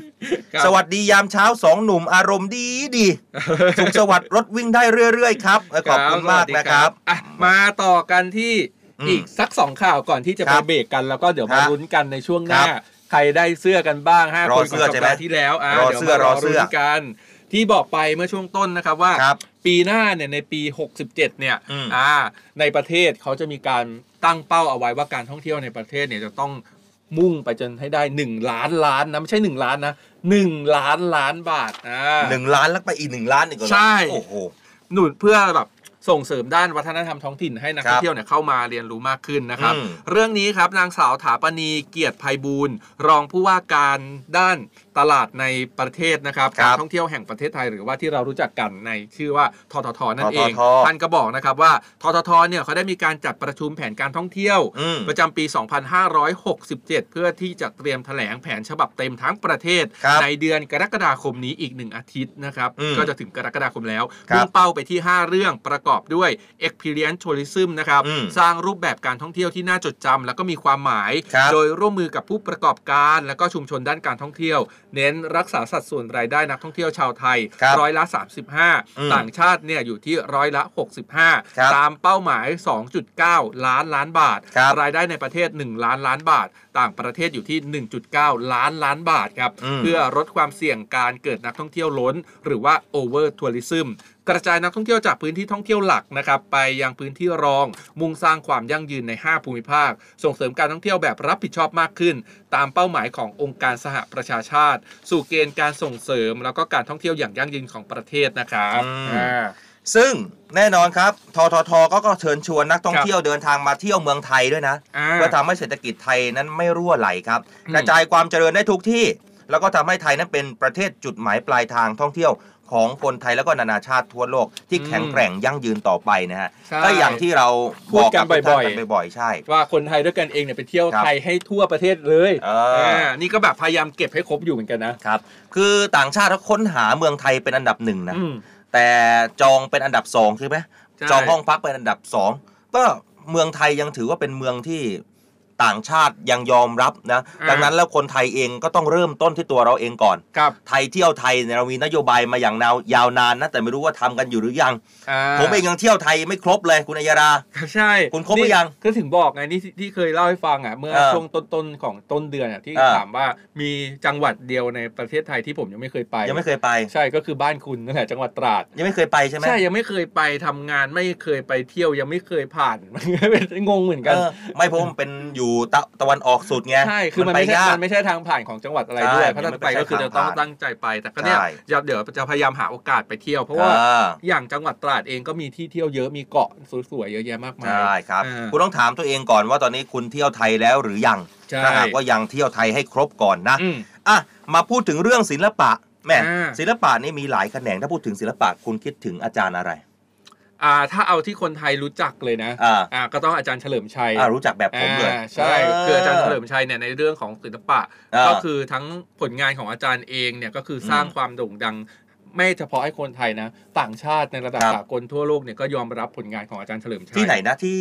ครับ
สวัสดียามเช้าสองหนุ่มอารมณ์ดีดีสุขสวัสดิ์รถวิ่งได้เรื่อย ๆ ครับเอ้ยขอบคุณมากนะครับ
สวัสดีอ่ะมาต่อกันที่
อืม
อีกสักสองข่าวก่อนที่จะ
ค
ไป
รับ
เบรกกันแล้วก็เดี๋ยวมา
ครับ
ลุ้นกันในช่วงหน้า
ครับ
ใครได้เสื้อกันบ้างห้าร
อ
คนข
เสื้
อง
อ
สั
ใช่
ป
ไหม
ดาห์ที่แล้วะ
รอ
ดี๋ยว
เสื้อ
มาร
อเสื้อ
นกัน ที่บอกไปเมื่อช่วงต้นนะครับว่า
ครับ
ปีหน้าเนี่ยในปี 67 เนี่ย
อืม
อ่าในประเทศเขาจะมีการตั้งเป้าเอาไว้ว่าการท่องเที่ยวในประเทศเนี่ยจะต้องมุ่งไปจนให้ได้ 1 ล้านล้านนะไม่ใช่ 1 ล้านนะ1ล้านล้านบาทอ่า
หนึ่งล้านแล้วไปอีกหนึ่งล้านอีกเหรอ
ใช่
โอ้โห
หนุนเพื่อแบบส่งเสริมด้านวัฒนธรรมท้องถิ่นให้นัก
ครับ
ท่องเที่ยวเนี่ยเข้ามาเรียนรู้มากขึ้นนะครับ
อืม
เรื่องนี้ครับนางสาวถาปณีเกียรติภัยบูลย์รองผู้ว่าการด้านตลาดในประเทศนะครับ
ครั
กา
บ
รท่องเที่ยวแห่งประเทศไทยหรือว่าที่เรารู้จักกันในชื่อว่าทททนั่นเอ
ท
ง
ทท
ท่านก็บอกนะครับว่าทททเนี่ยเขาได้มีการจัดประชุมแผนการท่องเที่ยว
อืม
ประจำปี 2567 เพื่อที่จะเตรียมแถลงแผนฉบับเต็มทั้งประเทศ
ครับ
ในเดือนกรกฎาคมนี้อีกหนึ่งอาทิตย์นะครับ
อืม
ก็จะ ถึงกรกฎาคมแล้ว
ครับ
มุ่งเป้าไปที่ 5 เรื่องประกอบด้วย Experience Tourism นะครับ
อืม
สร้างรูปแบบการท่องเที่ยวที่น่าจดจำแล้วก็มีความหมาย
ครับ
โดยร่วมมือกับผู้ประกอบการ และก็ชุมชนด้านการท่องเที่ยว เน้นรักษาสัดส่วนรายได้นักท่องเที่ยวชาวไทย
ครับ
ร้อยละ
อืม
35 ต่างชาติเนี่ยอยู่ที่ร้อยละ
ครับ
65 ตามเป้าหมาย 2.9 ล้านล้านบาท
ครับ
ยได้ในประเทศ 1 ล้านล้านบาท ต่างประเทศอยู่ที่ 1.9 ล้านล้านบาทครับ
อืม
เพื่อลดความเสี่ยงการเกิดนักท่องเที่ยวล้น หรือว่า over tourism กระจายนักท่องเที่ยวจากพื้นที่ท่องเที่ยวหลักนะครับ ไปยังพื้นที่รอง มุ่งสร้างความยั่งยืนใน 5 ภูมิภาค ส่งเสริมการท่องเที่ยวแบบรับผิดชอบมากขึ้น ตามเป้าหมายขององค์การสหประชาชาติ สู่เกณฑ์การส่งเสริม แล้วก็การท่องเที่ยวอย่างยั่งยืนของประเทศนะครับ
อืม
อ่า
ซึ่งแน่นอนครับ ทททก็ก็เชิญชวนนักท่อง
ครับ
เที่ยวเดินทางมาเที่ยวเมืองไทยด้วยนะ
อ่า
เพื่อทำให้เศรษฐกิจไทยนั้นไม่รั่วไหลครับ
อืม
กระจายความเจริญได้ทุกที่ แล้วก็ทำให้ไทยนั้นเป็นประเทศจุดหมายปลายทางท่องเที่ยวของคนไทยแล้วก็นานาชาติทั่วโลกที่แข็งแกร่งยั่งยืนต่อไปนะฮะ
ใช่
ก็อย่างที่เรา
พูดกัน
บทุท่า
บ่อยๆ
กันบ่อยๆใช่
ว่าคนไทยด้วยกันเองเนี่ยไปเที่ยว
ครับ
ไทยให้ทั่วประเทศเลย
เอออ่
านี่ก็แบบพยายามเก็บให้ครบอยู่เหมือนกันนะครับ
คือต่างชาติเขาค้นหาเมืองไทยเป็นอันดับหนึ่งนะ
อืม
แต่จองเป็นอันดับสองใช่ไหม
ใช่
จองห้องพักเป็นอันดับสองก็เมืองไทยยังถือว่าเป็นเมืองที่ ต่างชาติยังยอมรับนะ
อ่า
ดังนั้นแล้วคนไทยเองก็ต้องเริ่มต้นที่ตัวเราเองก่อน
กับ
ไทยเที่ยวไทยเนี่ยเรามีนโยบายมาอย่างนาวยาวนานนะแต่ไม่รู้ว่าทำกันอยู่หรือยัง
อ่า
ผมเองยังเที่ยวไทยไม่ครบเลยคุณอัยรา
ใช่
คุณครบหรือยัง
นี่ก็ถึงบอกไงนี่ที่ที่เคยเล่าให้ฟังอ่ะเมื่อ
เออ
ช่วงต้นๆของต้นเดือนอ่ะที่
เออ
ถามว่ามีจังหวัดเดียวในประเทศไทยที่ผมยังไม่เคยไป
ยังไม่เคยไป
ใช่ก็คือบ้านคุณนั่นแหละจังหวัดตราด
ยังไม่เคยไปใช่ไหม
ใช่ยังไม่เคยไปทำงานไม่เคยไปเที่ยวยังไม่เคยผ่าน งงเหมือนกัน
เออไม่เพราะมันเป็นอยู่ตะตะวันออกสุดไง
ใช่ คือมัน
ไป
ไม่ใช่
ยาก
มันไม่ใช่ทางผ่านของจังหวัดอะไร
ใช่
ด้วยถ้า
มั
จะ
นไม่
ไป
ใช่
ก็คือ
ทาง
จะต้อง
ผ่าน
ตั้งใจไป แต่ก็เนี่ย
ใช่
เดี๋ยวจะพยายามหาโอกาสไปเที่ยว เพราะว่า
อ่า
อย่างจังหวัดตราดเองก็มีที่เที่ยวเยอะมีเกาะสวยๆเยอะแยะมากมาย
ใช่ครับ
อ่า
คุณต้องถามตัวเองก่อนว่าตอนนี้คุณเที่ยวไทยแล้วหรือยัง
ใช่
ถ้าหากว่ายังเที่ยวไทยให้ครบก่อนนะ
อืม
อ่ะมาพูดถึงเรื่องศิลปะแหม่
อ่า
ศิลปะนี่มีหลายแขนงถ้าพูดถึงศิลปะคุณคิดถึงอาจารย์อะไร
อ่าถ้าเอาที่คนไทยรู้จักเลยนะ
อ่า
อ่าก็ต้องอาจารย์เฉลิมชัย
อ่ารู้จักแบบผมเลย
อ่าใช่คืออาจารย์เฉลิมชัยเนี่ยในเรื่องของศิลปะ
อ่า
ก็คือทั้งผลงานของอาจารย์เองเนี่ยก็คือสร้าง
อืม
ความโด่งดัง ไม่เฉพาะให้คนไทยนะ ต่างชาติในระดับ
ครับ
สากลทั่วโลกเนี่ยก็ยอมรับผลงานของอาจารย์เฉลิมชัย
ที่ไหนนะที่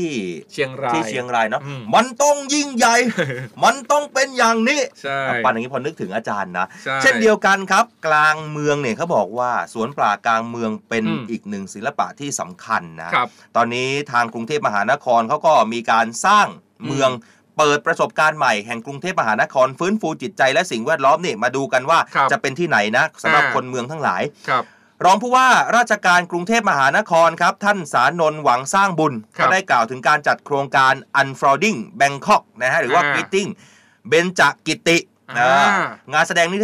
เชียงราย
ที่เชียงรายเนาะ
อืม
มันต้องยิ่งใหญ่ มันต้องเป็นอย่างนี้
ใช่
ปันอย่างนี้พอนึกถึงอาจารย์นะ
ใช่
เช่นเดียวกันครับ กลางเมืองเนี่ยเขาบอกว่า สวนป่ากลางเมืองเป็น
อืม
อีกหนึ่งศิลปะที่สำคัญนะ
ครับ
ตอนนี้ทางกรุงเทพมหานครเขาก็มีการสร้างเมือง เปิดประสบการณ์ใหม่แห่งกรุงเทพมหานครฟื้นฟูจิตใจและสิ่งแวดล้อมนี่มาดูกันว่า
ครับ
จะเป็นที่ไหนนะสำหรับ
อ่า
คนเมืองทั้งหลาย
ครับ
รองผู้ว่าราชการกรุงเทพมหานครครับท่านสานนท์หวังสร้างบุญ
ครั
ก็
บ
ได้กล่าวถึงการจัดโครงการ Unfolding Bangkok นะฮะหรือว่า
อ่า
Greeting เบญจกิติ
อ่า
อ่างานแสดงนี้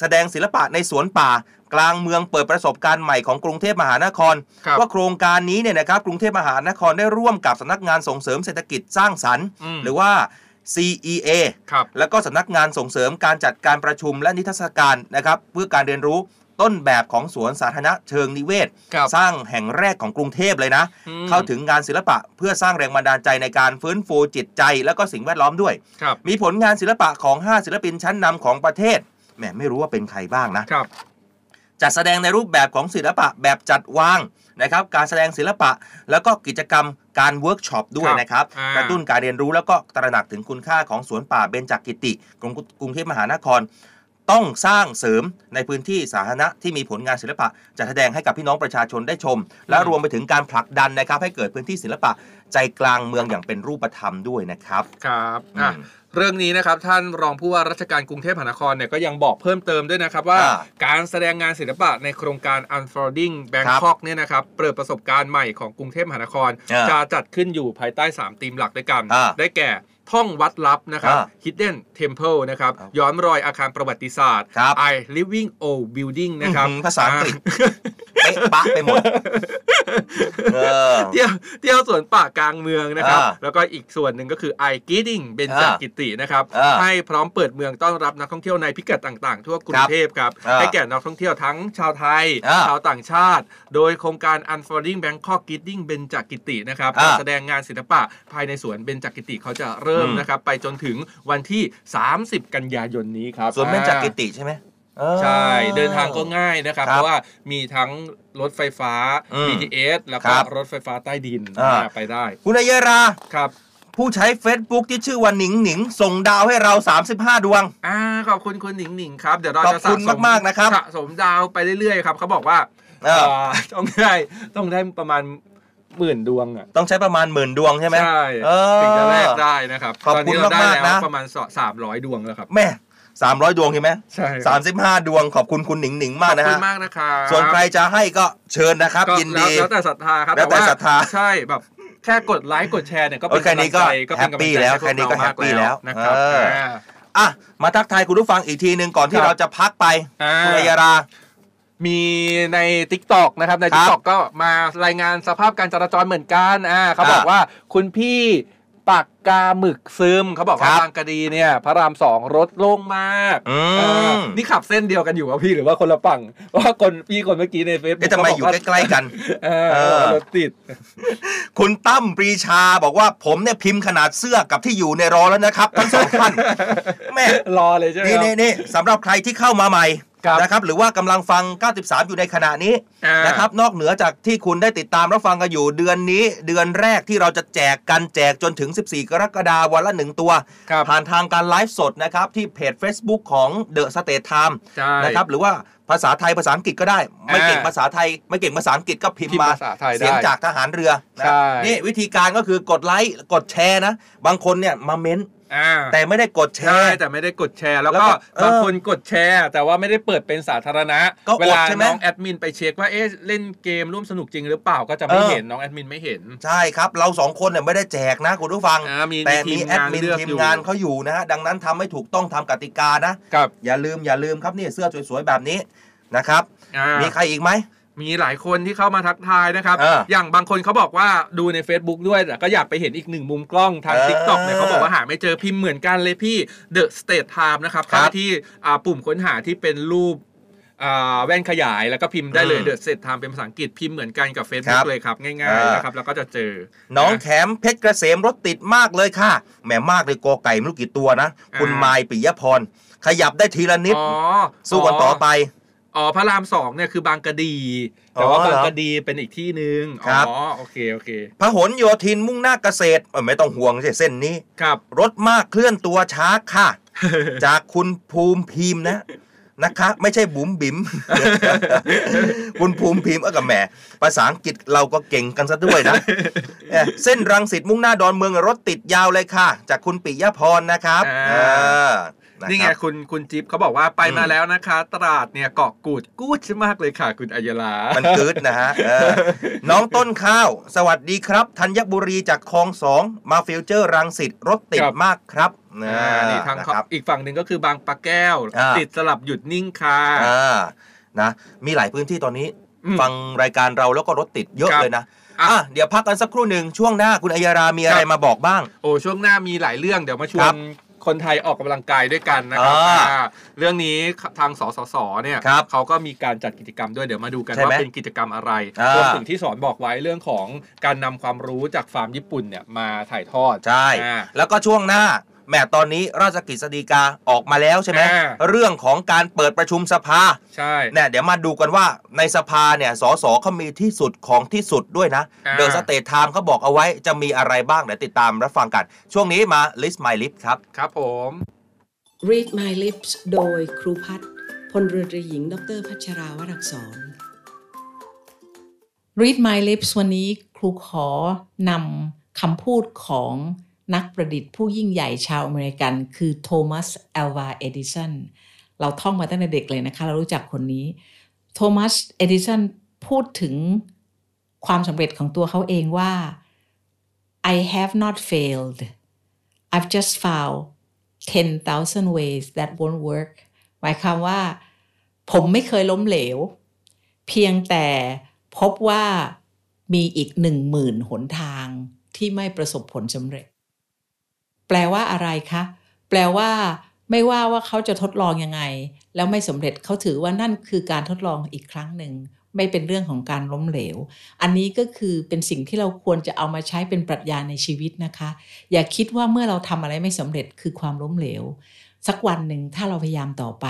แสดงศิลปะในสวนป่า กลางเมืองเปิดประสบการณ์ใหม่ของกรุงเทพมหานคร
ครับ
ว่าโครงการนี้เนี่ยนะครับกรุงเทพมหานครได้ร่วมกับสำนักงานส่งเสริมเศรษฐกิจสร้างสรรค์
อืม
หรือว่า CEA
ครับ
แล้วก็สำนักงานส่งเสริมการจัดการประชุมและนิทรรศการนะครับ เพื่อการเรียนรู้ต้นแบบของสวนสาธารณะเชิงนิเวศ
ครับ
สร้างแห่งแรกของกรุงเทพเลยนะ
อืม
เข้าถึงงานศิลปะเพื่อสร้างแรงบันดาลใจในการฟื้นฟูจิตใจ และก็สิ่งแวดล้อมด้วย
ครับ
มีผลงานศิลปะของ 5 ศิลปินชั้นนำของประเทศแหมไม่รู้ว่าเป็นใครบ้างนะ
ครับ
จัดแสดงในรูปแบบของศิลปะแบบจัดวางนะครับ การแสดงศิลปะแล้วก็กิจกรรมการเวิร์กช็อปด้วย
ครับ
นะครับ
อ่าก
ระตุ้นการเรียนรู้แล้วก็ตระหนักถึงคุณค่าของสวนป่าเบญจกกิติกรุงกรุงเทพมหานคร ต้องสร้างเสริมในพื้นที่สาธารณะที่มีผลงานศิลปะจัดแสดงให้กับพี่น้องประชาชนได้ชม และ
อืม
รวมไปถึงการผลักดันนะครับ ให้เกิดพื้นที่ศิลปะใจกลางเมืองอย่างเป็นรูปธรรมด้วยนะครับ
ครับอ่ะ
อืม
เรื่องนี้นะครับท่านรองผู้ว่าราชการกรุงเทพมหานครเนี่ยก็ยังบอกเพิ่มเติมด้วยนะครับว่า
อ่า
การแสดงงานศิลปะในโครงการ Unfolding Bangkok เนี่ยนะครับเปิดประสบการณ์ใหม่ของกรุงเทพมหานคร
อ่า
จะจัดขึ้นอยู่ภายใต้ 3 ธีมหลักด้วยกัน
อ่า
ได้แก่ท่องวัดลับนะครับ
อ่า
Hidden Temple นะครับ
ครับ
ย้อนรอยอาคารประวัติศาสตร์
ครับ
I Living Old Building นะครับ
อืมภาษาอังกฤษ
อ่า
เป๊ะปะไปหมด เออ
เที่ยวเที่ยวสวนป่ากลางเมืองนะครับ
อ่า
แล้วก็อีกส่วนหนึ่งก็คือ i g i d i n g เบนจ
อ่า
กิตินะครับ
อ่า
ให้พร้อมเปิดเมืองต้อนรับนักท่องเที่ยวในพิกัดต่างๆ ทั่วกรุ
ครั
ง
บ
เทพครับ
อ่า
ให้แก่นักท่องเที่ยวทั้งชาวไทย
อ่า
ชาวต่างชาติ โดยโครงการ Unfolding Bangkok g i d i n g เบนจกิตินะครับ
อ่า
การแสดงงานศิลปะภายในสวนเบนจกิติเขาจะเริ่ม
อืม
นะครับ ไปจนถึงวันที่ 30 กันยายนนี้ครับ
สวนเบญจกิ
อ่า
ติใช่ไหมเออ
ใช่ เดินทางก็ง่ายนะครับ
ครับ
เพราะว่ามีทั้งรถไฟฟ้า
อืม
BTS แล้วก็รถไฟฟ้าใต้ดิน
อ่า
ไปได้
คุณอัยยรา
ครับ
ผู้ใช้ Facebook ที่ชื่อว่าหนิงหนิง ส่งดาวให้เรา 35 ดวง
อ่าขอบคุณคุณหนิงหนิงครับ เดี๋ยวเราจะ
ขอบคุณ
สะส
มากๆนะครับ
สะสมดาวไปเรื่อยๆครับเขาบอกว่า
เออ
เอ่อต้องได้ต้องได้ประมาณหมื่นดวงอ่ะ
ต้องใช้ประมาณหมื่นดวงใช่ไหม
ใช่
เออ
ถึงจะแลกได้นะครับ
ขอบ
ตอน
คุณ
นี้เราได้
มากๆ
แล้ว
นะ
ประมาณสามร้อยดวงแล้วครับ
แม่สามร้อยดวงใช่ไหม
ใช่
สามสิบห้าดวงขอบคุณคุณหนิงหนิง
ข
มา
อก บ
นะ
คุ
ฮะ
ณมากนะครับ
ส่วนใครจะให้ก็เชิญนะครับ
ก็
ยิน
แล้ว
ดี
แล้วแต่ศรัทธาครับ
แล้วแต่
า
ศรัทธา
ใช่แบบแค่กดไลค์กดแชร์เนี่ยก็เป็น
โอ้ยแค่นี้ก็
ำลังใจเป็
แฮ
นำงใจ
ปปี้แล้ว
ให้พ
แค่นี้
ว
ก็
เรา
แฮปปี้แล้ว
มากนะครับ
เอออ่
า
อ่ะ มาทักทายคุณผู้ฟังอีกทีหนึ่งก่อนที่
ครับ
เราจะพักไป
อ่า
คุณอัยยรา
มีใน t ิ k t o k นะครับใน
ครับ
t ิ k t o k ก็มารายงานสภาพการจราจรเหมือนกันอ่าเขาบอก
อ่า
ว่าคุณพี่ปากกาหมึกซึมเขาบอก
ค
ว่า
รับ
บางกะดีเนี่ย พระรามสองรถโล่งมาก
อืม
อ่านี่ขับเส้นเดียวกันอยู่วะพี่หรือว่าคนละฝั่งเพราะว่าคนพี่คนเมื่อกี้ในเฟซบุ๊
เอ๊ะทำไมอยู่ใกล้ๆกัน
เออ
เออ
รถติด
คุณตั้มปรีชาบอกว่าผมเนี่ยพิมพ์ขนาดเสื้อกับที่อยู่ในรอแล้วนะครับทั้งสองท่านแม่
รอเลยใช่ไหมค
นี่
รับ
นี่นี่สำหรับใครที่เข้ามาใหม่
ครับ
นะครับหรือว่ากำลังฟัง 93 อยู่ในขณะนี้
อ่าน
นะครับนอกเหนือจากที่คุณได้ติดตามรับฟังกันอยู่เดือนนี้ เดือนแรกที่เราจะแจกกันแจกจนถึง 14 กรกฎาคมวันละ 1 ตัว
ครับ
ผ่านทางการไลฟ์สดนะครับ ที่เพจ Facebook ของ The State Time
ใช่
นะครับหรือว่าภาษาไทยภาษาอังกฤษก็ได้ ไม่เก่งภาษาไทย ไม่เก่งภาษาอังกฤษก็พิม
พิ
พ์
มพ์
มา
ภาษาไทยได้
เสียงจากทหารเรือนะ
ใช่
นี่วิธีการก็คือกดไลค์กดแชร์นะ บางคนเนี่ยมาเม้นต์
อ่า
แต่ไม่ได้กดแช
ใช่
ร์
แต่ไม่ได้กดแชร์แล้ว
แล้วก็
ก็
เออบ
างคนกดแชร์ แต่ว่าไม่ได้เปิดเป็นสาธารณะ
ก็อด
เวลา
ใช่ไหม
น้องแอดมินไปเช็คว่าเอ๊ะเล่นเกมร่วมสนุกจริงหรือเปล่าก็จะไม่เห็นน้องแอดมินไม่เห็น
ใช่ครับ เราสองคนเนี่ยไม่ได้แจกนะคุณผู้ฟัง
อ่ามี
แต่
มี
มี
ทีม
แอดมิน
งานเลือก
ทีม
อยู่
งานเขาอยู่นะฮะดังนั้นทำให้ถูกต้องทำกติกานะ
ครับ
อย่าลืมอย่าลืมครับนี่เสื้อสวยๆแบบนี้นะครับ
อ่าม
มีใครอีกไหม
มีหลายคนที่เข้ามาทักทายนะครับ
เออ
อ
อย่าง
บางคนเขาบอกว่าดูใน Facebook ด้วยแต่ก็อยากไปเห็นอีกหนึ่งมุมกล้องทาง
เออ
t ิ k t o k เนี่ยเขาบอกว่าหาไม่เจอพิมพ์เหมือนกันเลยพี่ The State Time นะครับ
ครับ
เข้าที่อ่าปุ่มค้นหาที่เป็นรูปอ่าแว่นขยายแล้วก็พิมพ์ได้เลย
อืม
The State Time เป็นภาษาอังกฤษพิมพ์เหมือนกันกับ
ค
Facebook
รับ
เลยครับ ง่าย
เออ
ๆนะครับแล้วก็จะเจอ
น้อง
ะ
แขมเพชรเกษมรถติดมากเลยค่ะแหมมากเลยกอไก่ไม่รู้กี่ตัวนะ คุณ
อ่าม
มายปิยพร ขยับได้ทีละนิด
อ๋อ
สู้กันต่อไป
อ๋อพระรามสองเนี่ยคือบางกะดี แต่ว่า
อ๋อเหรอบ
างกะดีเป็นอีกที่หนึ่ง
ครับ
อ๋อโอเคโอเค
พหลโยธินมุ่งหน้าเกษตรเอ้ยไม่ต้องห่วงสิเส้นนี้
ครับ
รถมากเคลื่อนตัวช้าค่ะ จากคุณภูมิพิมพ์นะนะคะ ไม่ใช่บุ๋มบิ๋ม คุณภูมิพิมพ์เออกับแหมภาษาอังกฤษเราก็เก่งกันซะด้วยนะ เอ่อเส้นรังสิตมุ่งหน้าดอนเมืองรถติดยาวเลยค่ะ จากคุณปิยพรนะครับ
อ่า
เออนะครับ
นี่ไงคุณคุณจิ๊บเขาบอกว่าไป
อืม
มาแล้วนะคะ ตลาดเนี่ยเกาะกูดกูดใช่มากเลยค่ะ คุณอัยลามั
มันกึดนะฮะเออน้องต้นข้าว สวัสดีครับธัญบุรีจากคลองสองมาฟิวเจอร์รังสิตรถติด
ครับ
มากครับ
อ่านี่ทาง
นะ
เขา
ครับ
อีกฝั่งหนึ่งก็คือบางปะแก้ว
อ่า
ติดสลับหยุดนิ่งค่ะ
อ่านะมีหลายพื้นที่ตอนนี้
อืม
ฟังรายการเราแล้วก็รถติดเยอะ
ครับ
เลยนะ
อ่ะ
อ่ะเดี๋ยวพักกันสักครู่หนึ่งช่วงหน้าคุณอัยรามีอะไร
ครับ
มาบอกบ้าง
โอ้ช่วงหน้ามีหลายเรื่องเดี๋ยวมาชว
ครับ
นคนไทยออกกำลังกายด้วยกันนะครับ
อ่า
อ่าเรื่องนี้ทางสสสเนี่ย
ครับ
เขาก็มีการจัดกิจกรรมด้วยเดี๋ยวมาดูกัน
ใช่ไหม
ว่าเป็นกิจกรรมอะไร
อ่าร
วมถึงที่สอนบอกไว้เรื่องของการนำความรู้จากฟาร์มญี่ปุ่นเนี่ยมาถ่ายทอด
ใช่
อ่า
แล้วก็ช่วงหน้าแหมตอนนี้ราชกิจสฎีกาออกมาแล้วใช่ไหม
อ่า
เรื่องของการเปิดประชุมสภา
ใช่
เนี่ยเดี๋ยวมาดูกันว่าในสภาเนี่ยสสเขามีที่สุดของที่สุดด้วยนะ
อ่า
เดอะสเตทไทม์เขาบอกเอาไว้จะมีอะไรบ้าง เดี๋ยวติดตามรับฟังกัน ช่วงนี้มา list my list ครับ
ครับผม
Read My Lips โดยครูพัฒน์พลเรือตรีหญิง ดรพัชราวรักษร
Read My Lips วันนี้ครูขอนำคำพูดของนักประดิษฐ์ผู้ยิ่งใหญ่ชาวอเมริกัน คือโทมัสเอลวาเอดิสันเราท่องมาตั้งแต่เด็กเลยนะคะ เรารู้จักคนนี้โทมัสเอดิสันพูดถึงความสำเร็จของตัวเขาเองว่า I have not failed I've just found 10,000 ways that won't work หมายความว่า ผมไม่เคยล้มเหลว เพียงแต่พบว่ามีอีกหนึ่งหมื่นหนทางที่ไม่ประสบผลสำเร็จ แปลว่าอะไรคะ แปลว่า ไม่ว่าว่าเขาจะทดลองยังไง แล้วไม่สำเร็จเขาถือว่านั่นคือการทดลองอีกครั้งหนึ่ง ไม่เป็นเรื่องของการล้มเหลว อันนี้ก็คือเป็นสิ่งที่เราควรจะเอามาใช้เป็นปรัชญาในชีวิตนะคะ อย่าคิดว่าเมื่อเราทำอะไรไม่สำเร็จคือความล้มเหลว สักวันหนึ่งถ้าเราพยายามต่อไป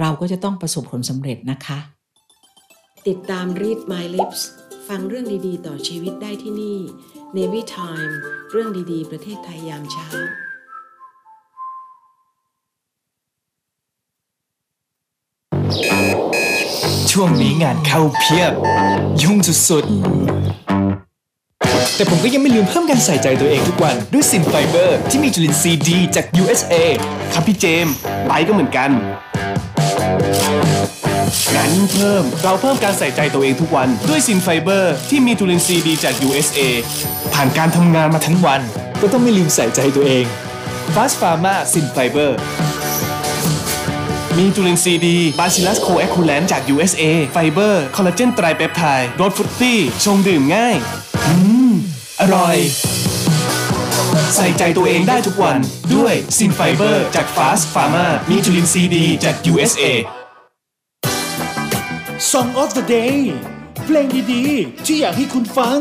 เราก็จะต้องประสบผลสำเร็จนะคะ
ติดตาม Read My Lips ฟังเรื่องดีๆ ต่อชีวิตได้ที่นี่ Navy Time เรื่องดีๆ ประเทศไทยยามเช้า
ช่วงนี้งานเข้าเพียบ ยุ่งสุดๆ แต่ผมก็ยังไม่ลืมเพิ่มการใส่ใจตัวเองทุกวัน ด้วยสินไฟเบอร์ ที่มีจุลินทรีย์ดีจาก USA
ครับพี่เจมส์ไบค์ก็เหมือนกัน งั้นเพิ่ม เราเพิ่มการใส่ใจตัวเองทุกวัน ด้วยซินไฟเบอร์ที่มีจุลินทรีย์ดีจาก USA ผ่านการทำงานมาทั้งวัน
ก็ต้องไม่ลืมใส่ใจตัวเอง Fast Pharma สินไฟเบอร์
มีจุลินทรีย์ดีบาซิลัสโคแอคูแลนจาก USA ไฟเบอร์คอลลาเจนไตรเปปไทด์รสฟรุตตี้ ชงดื่มง่าย อืม อร่อย ใส่ใจตัวเองได้ทุกวัน ด้วยซินไฟเบอร์จาก Fast Pharma มีจุลินทรีย์ดีจาก USA
Song of the Day เพลงดีๆ ที่อยากให้คุณฟัง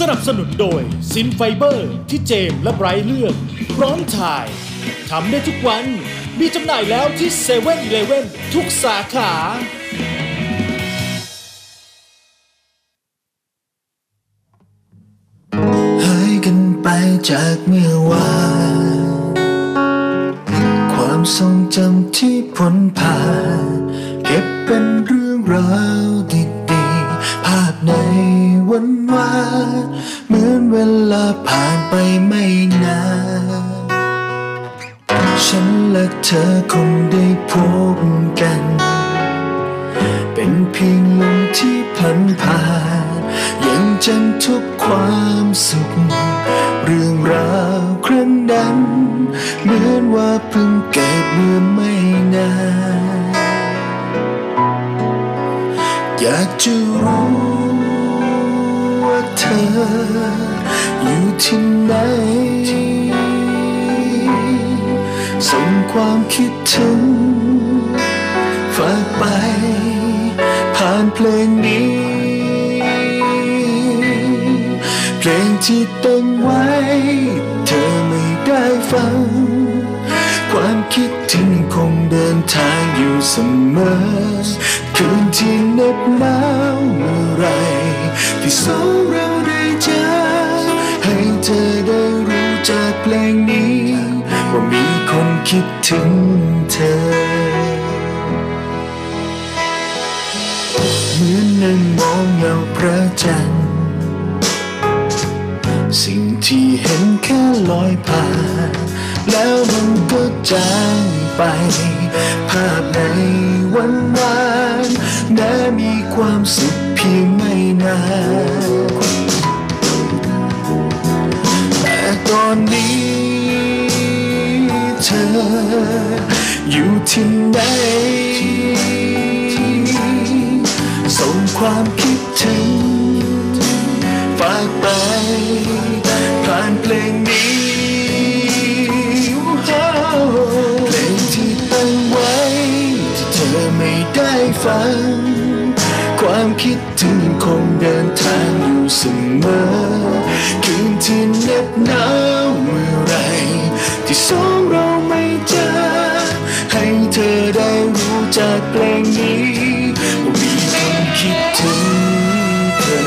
สนับสนุนโดยซินไฟเบอร์ที่เจมส์และไบรท์เลือกพร้อมถ่าย ทำได้ทุกวัน มีจำหน่ายแล้วที่เซเว่นอีเลเว่นทุกสาขา
หายกันไปจากเมื่อวาน ความทรงจำที่พ้นผ่าน เก็บเป็นเรื่องราวดีๆ ภาพในวันวานเหมือนเวลาผ่านไปไม่นาน ฉันและเธอคงได้พบกัน เป็นเพียงลมที่พันผ่าน ยังจำทุกความสุข เรื่องราวครั้งนั้นเหมือนว่าเพิ่งเกิดเมื่อไม่นาน อยากจะรู้ว่าเธออยู่ที่ไหน ส่งความคิดถึง ฝากไป ผ่านเพลงนี้ เพลงที่ตั้งไว้ เธอไม่ได้ฟัง ความคิดถึงคงเดินทางอยู่เสมอ คืนที่เหน็บหนาวเมื่อไหรที่สองเราได้เจอ ให้เธอได้รู้จากเพลงนี้ ว่ามีคนคิดถึงเธอ เหมือนนั่งมองเงาพระจันทร์ สิ่งที่เห็นแค่ลอยผ่าน แล้วมันก็จางไป ภาพในวันวานแม้มีความสุขเพียงไม่นาน แต่ตอนนี้เธออยู่ที่ไหน ส่งความคิดถึง ฝากไป ผ่านเพลงนี้ เพลงที่ตั้งไว้ที่เธอไม่ได้ฟัง ความคิดถึงยังคงเดินทางอยู่เสมอ คืนที่เหน็บหนาวเมื่อไหรที่สองเราไม่เจอ ให้เธอได้รู้จากเพลงนี้ว่ามีคนคิดถึงเธอ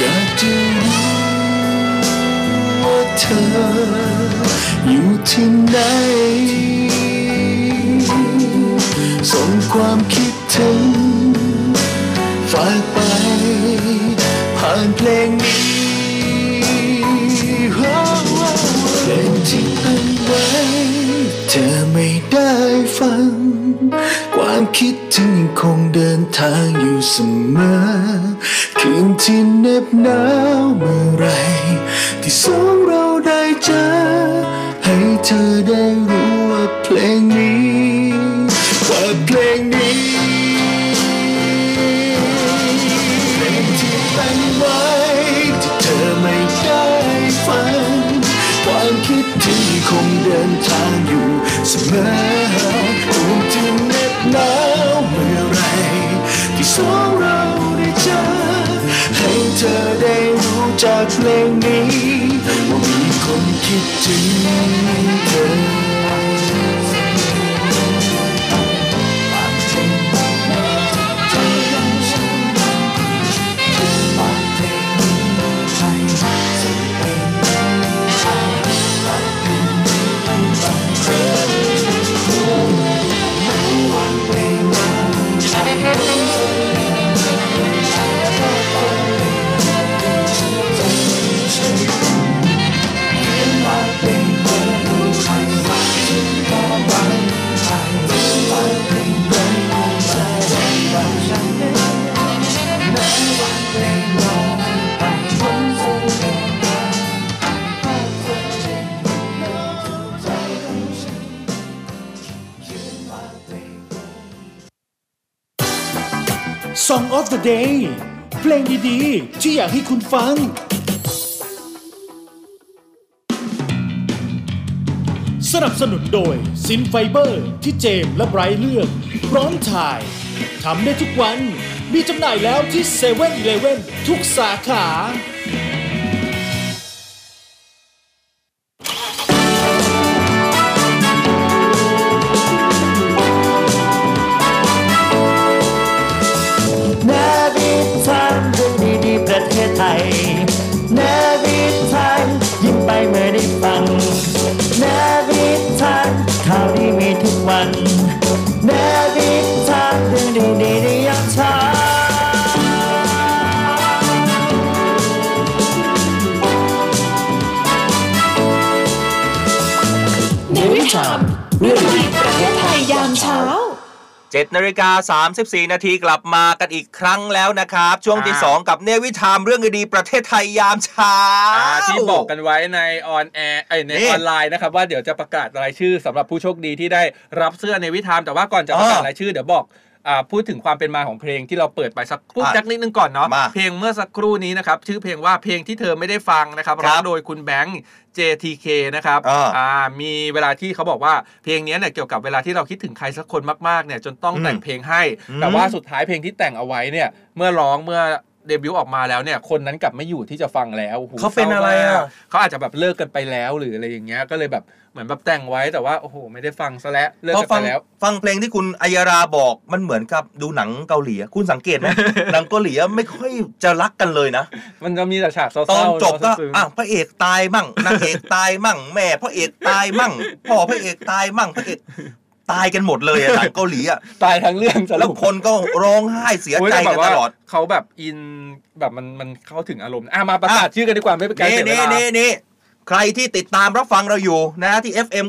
อยากจะรู้ว่าเธออยู่ที่ไหน ส่งความคิดถึง ฝากไป ผ่านเพลงนี้ เพลงที่อันไว้ เธอไม่ได้ฟัง ความคิดถึงยังคงเดินทางอยู่เสมอ คืนที่เหน็บหนาวเมื่อไหรที่สองเราได้เจอ ให้เธอได้รู้ว่าเพลงนี้ ว่าเพลงนี้ เพลงที่ตั้งไว้ที่เธอไม่ได้ฟัง ความคิดถึงคงเดินทางอยู่เสมอคงจะเหน็บหนาวเมื่อไหรที่สองเราได้เจอ ให้เธอได้รู้จากเพลงนี้ ว่ามีคนคิดถึงเธอ
Song of the Day เพลงดีๆ ที่อยากให้คุณฟัง สนับสนุนโดยซินไฟเบอร์ที่เจมส์และไบรท์เลือก พร้อมถ่ายทำได้ทุกวัน มีจำหน่ายแล้วที่เซเว่นอีเลเว่นทุกสาขา
นวิทันเรื่องดีๆประเทศไทยนวิทันยิ้มไปเมื่อได้ฟังนวิทันข่าวดีมีทุกวันนวิทันเรื่องดีๆในยามเช้า
เนวิชามเรื่องดีประเทศไทยยามเช้า
7นาฬิกา34 นาทีกลับมากันอีกครั้งแล้วนะครับ ช่วงที่
อ่า
2 กับเนวิทามเรื่องดีๆประเทศไทยยามเช้า
อ่าที่บอกกันไว้ในออนแอร์ไอยใน
นี่
ออนไลน์นะครับว่าเดี๋ยวจะประกาศรายชื่อสำหรับผู้โชคดีที่ได้รับเสื้อในวิธามแต่ว่าก่อนจะประกาศ
อ่าร
รายชื่อเดี๋ยวบอกอ่าพูดถึงความเป็นมาของเพลงที่เราเปิดไปสักครู่
อ่ะ
จักนิดนึงก่อนเนาะ
มา
เพลงเมื่อสักครู่นี้นะครับชื่อเพลงว่าเพลงที่เธอไม่ได้ฟังนะครับ
ครั
ร้
บ
องโดยคุณแบงค์ JTK นะครับ
อ่า
อ่ามีเวลาที่เขาบอกว่าเพลงเนี้ยเนี่ยเกี่ยวกับเวลาที่เราคิดถึงใครสักคนมากๆเนี่ยจนต้องแต่งเพลงให้
อืม
แต่ว่าสุดท้ายเพลงที่แต่งเอาไว้เนี่ยเมื่อร้องเมื่อเดบิวต์ออกมาแล้วเนี่ยคนนั้นกลับไม่อยู่ที่จะฟังแล้วโอ้โห
เขาเป็นอะไรอ่ะ
เขาอาจจะแบบเลิกกันไปแล้วหรืออะไรอย่างเงี้ยก็เลยแบบเหมือนแบบแต่งไว้แต่ว่าโอ้โหไม่ได้ฟังซะแล้วเลิก
พอฟั
กันไป
ง
แล้ว
ฟังเพลงที่คุณอัยราบอกมันเหมือนกับดูหนังเกาหลีอะคุณสังเกตไห ม หนังเกาหลีอะไม่ค่อยจะรักกันเลยนะ
มันจะมีแต่ฉากเศร้าๆ
ตอนจบก็
ซึ้งๆ
อ่ะพระเอกตายมั่งนางเอกตายมั่ง แม่พระเอกตายมั่งพ่อพระเอกตายมั่งพระเอกตายกันหมดเลยอะหนังเกาหลีอะ
ตายทั้งเรื่องส
แล้
รุ
ว
ป
คนก็ร้องไห้เสีย
โอ้
ใจ
แต่แบ
กัน
บว่า
ตลอด
เขาแบบอินแบบมันมันเข้าถึงอารมณ์อ่ะมาประกาศชื่อกันดีกว่าไม่เป็นการ
นี่
เสียเว
นี่
ลา
นี่นี่ใครที่ติดตามรับฟังเราอยู่นะที่ FM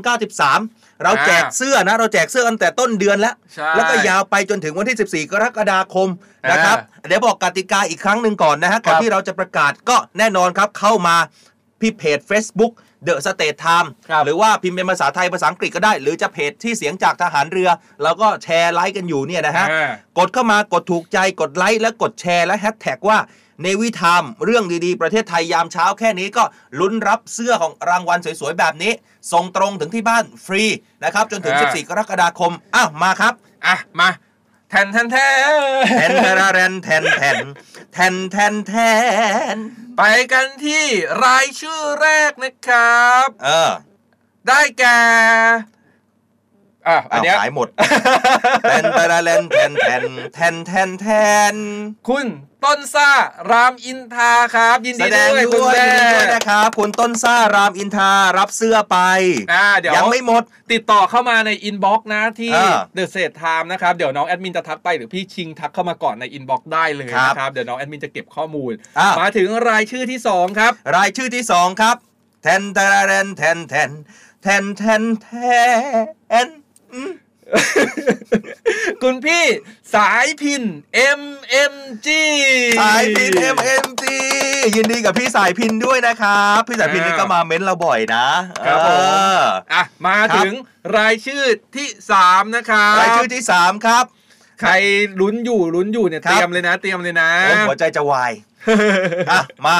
93 เราแจกเสื้อนะ เราแจกเสื้อกันแต่ต้นเดือนแล้ว
ใช่
แล้วก็ยาวไปจนถึงวันที่ 14 กรกฎาคมนะครับ เดี๋ยวบอกกติกาอีกครั้งหนึ่งก่อนนะฮะ ก่อนที่เราจะประกาศก็แน่นอนครับเข้ามาพี่เพจ Facebook The State Time
ครับ
หรือว่าพิมพ์เป็นภาษาไทยภาษาอังกฤษก็ได้ หรือจะเพจที่เสียงจากทหารเรือ แล้วก็แชร์ไลค์กันอยู่เนี่ยนะฮะ
อ่า
กดเข้ามากดถูกใจกดไลค์และกดแชร์และแฮชแท็กว่าเนวิทามเรื่องดีๆ ประเทศไทยยามเช้าแค่นี้ก็ลุ้นรับเสื้อของรางวัลสวยๆ แบบนี้ ส่งตรงถึงที่บ้านฟรีนะครับ จนถึง
อ่า
14 กรกฎาคม อ้าวมาครับ
อ่ะมาแทนแทนแท
แท
น
นแทนแทนแทนแทนแทนแทนแทน
ไปกันที่รายชื่อแรกนะครับ
เออ
ได้แก่อ่ะอั
อ้าน ว
เนี้ย
หายหมดแทนแทนแทนแทนแทนแทนแทน
คุณต้นซ่ารามอินทราครับ ยิน
แส
ดี
ดง
ด้วยคุณ
ด้วย
แม่
ยินดีด้วยนะครับ คุณต้นซ่ารามอินทรารับเสื้อไป
อ่ะเดี๋ยว
ยังไม่หมด
ติดต่อเข้ามาในอินบ็อกซ์นะที่
เออ
เดอะเศษไทม์นะครับ เดี๋ยวน้องแอดมินจะทักไปหรือพี่ชิงทักเข้ามาก่อนในอินบ็อกซ์ได้เลย
ครับ
นะครับ เดี๋ยวน้องแอดมินจะเก็บข้อมูล
อ่ะ
มาถึงรายชื่อที่ 2 ครับ
รายชื่อที่สองครับแทนแทนแทนแทนแทนแทนแทน
คุณพี่สายพิน MMG
สายพิน MMG ยินดีกับพี่สายพินด้วยนะครับ พี่สายพินนี่ก็มาเม้นเราบ่อยนะครับ
ผม
เออ
อ่ะมา
ครับ
ถึงรายชื่อที่ 3 นะครับ
รายชื่อที่สามครับ
ใครลุ้นอยู่ลุ้นอยู่เนี่ย
ครับ
เตรียมเลยนะ เตรียมเลยนะ
โอ้ยหัวใจจะ วายอ่ะมา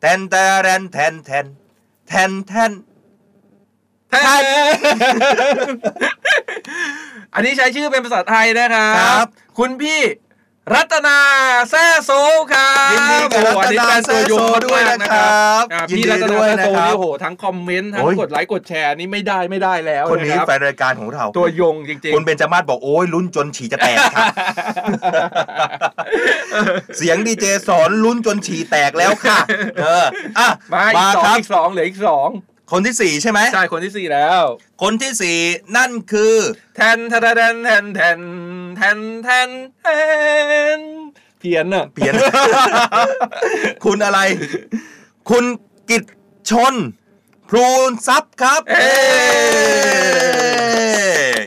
แทนแทนแทนแทนแทนแทน
แทน อันนี้ใช้ชื่อเป็นภาษาไทยนะครั
ครับ บ
คุณพี่รัตนาแซ่โซครับ
ยินดีกับรัตนา
โอ้โหอันนี้เป็นตัวยง
แซ่โซด้วย
มาก
นะครับ
อ่า
ยิน
พี่
ดี
รัต
ด้
นา
วย
แซ่
นะ
โซ
ครับ
นี่โอ้โหทั้งคอมเมนต์ทั้ง
โอ้ย
กดไลค์กดแชร์นี่ไม่ได้ไม่ได้แล้ว
คนนี้
ะรับ
แฟนรายการของเรา
ตัวยงจริง
คุณเบนจามาศบอกโอ้ยลุ้นจนฉี่จะแตกครับ เสียงดีเจสอนลุ้นจนฉี่แตกแล้วค่ะ เอออ่ะ
มาอีกสอ
ค
ง
รับ
อีกสองเหลืออีกสอง
คนที่สี่ใช่ไหม
ใช่คนที่สี่แล้ว
คนที่สี่นั่นคือ
แทนแทนแทนแทนแทนแทนแทนแทนเพี้ยนอะ
เปลี่ยน คุณอะไร คุณกิตชน พรูนทรัพย์ครับเอ้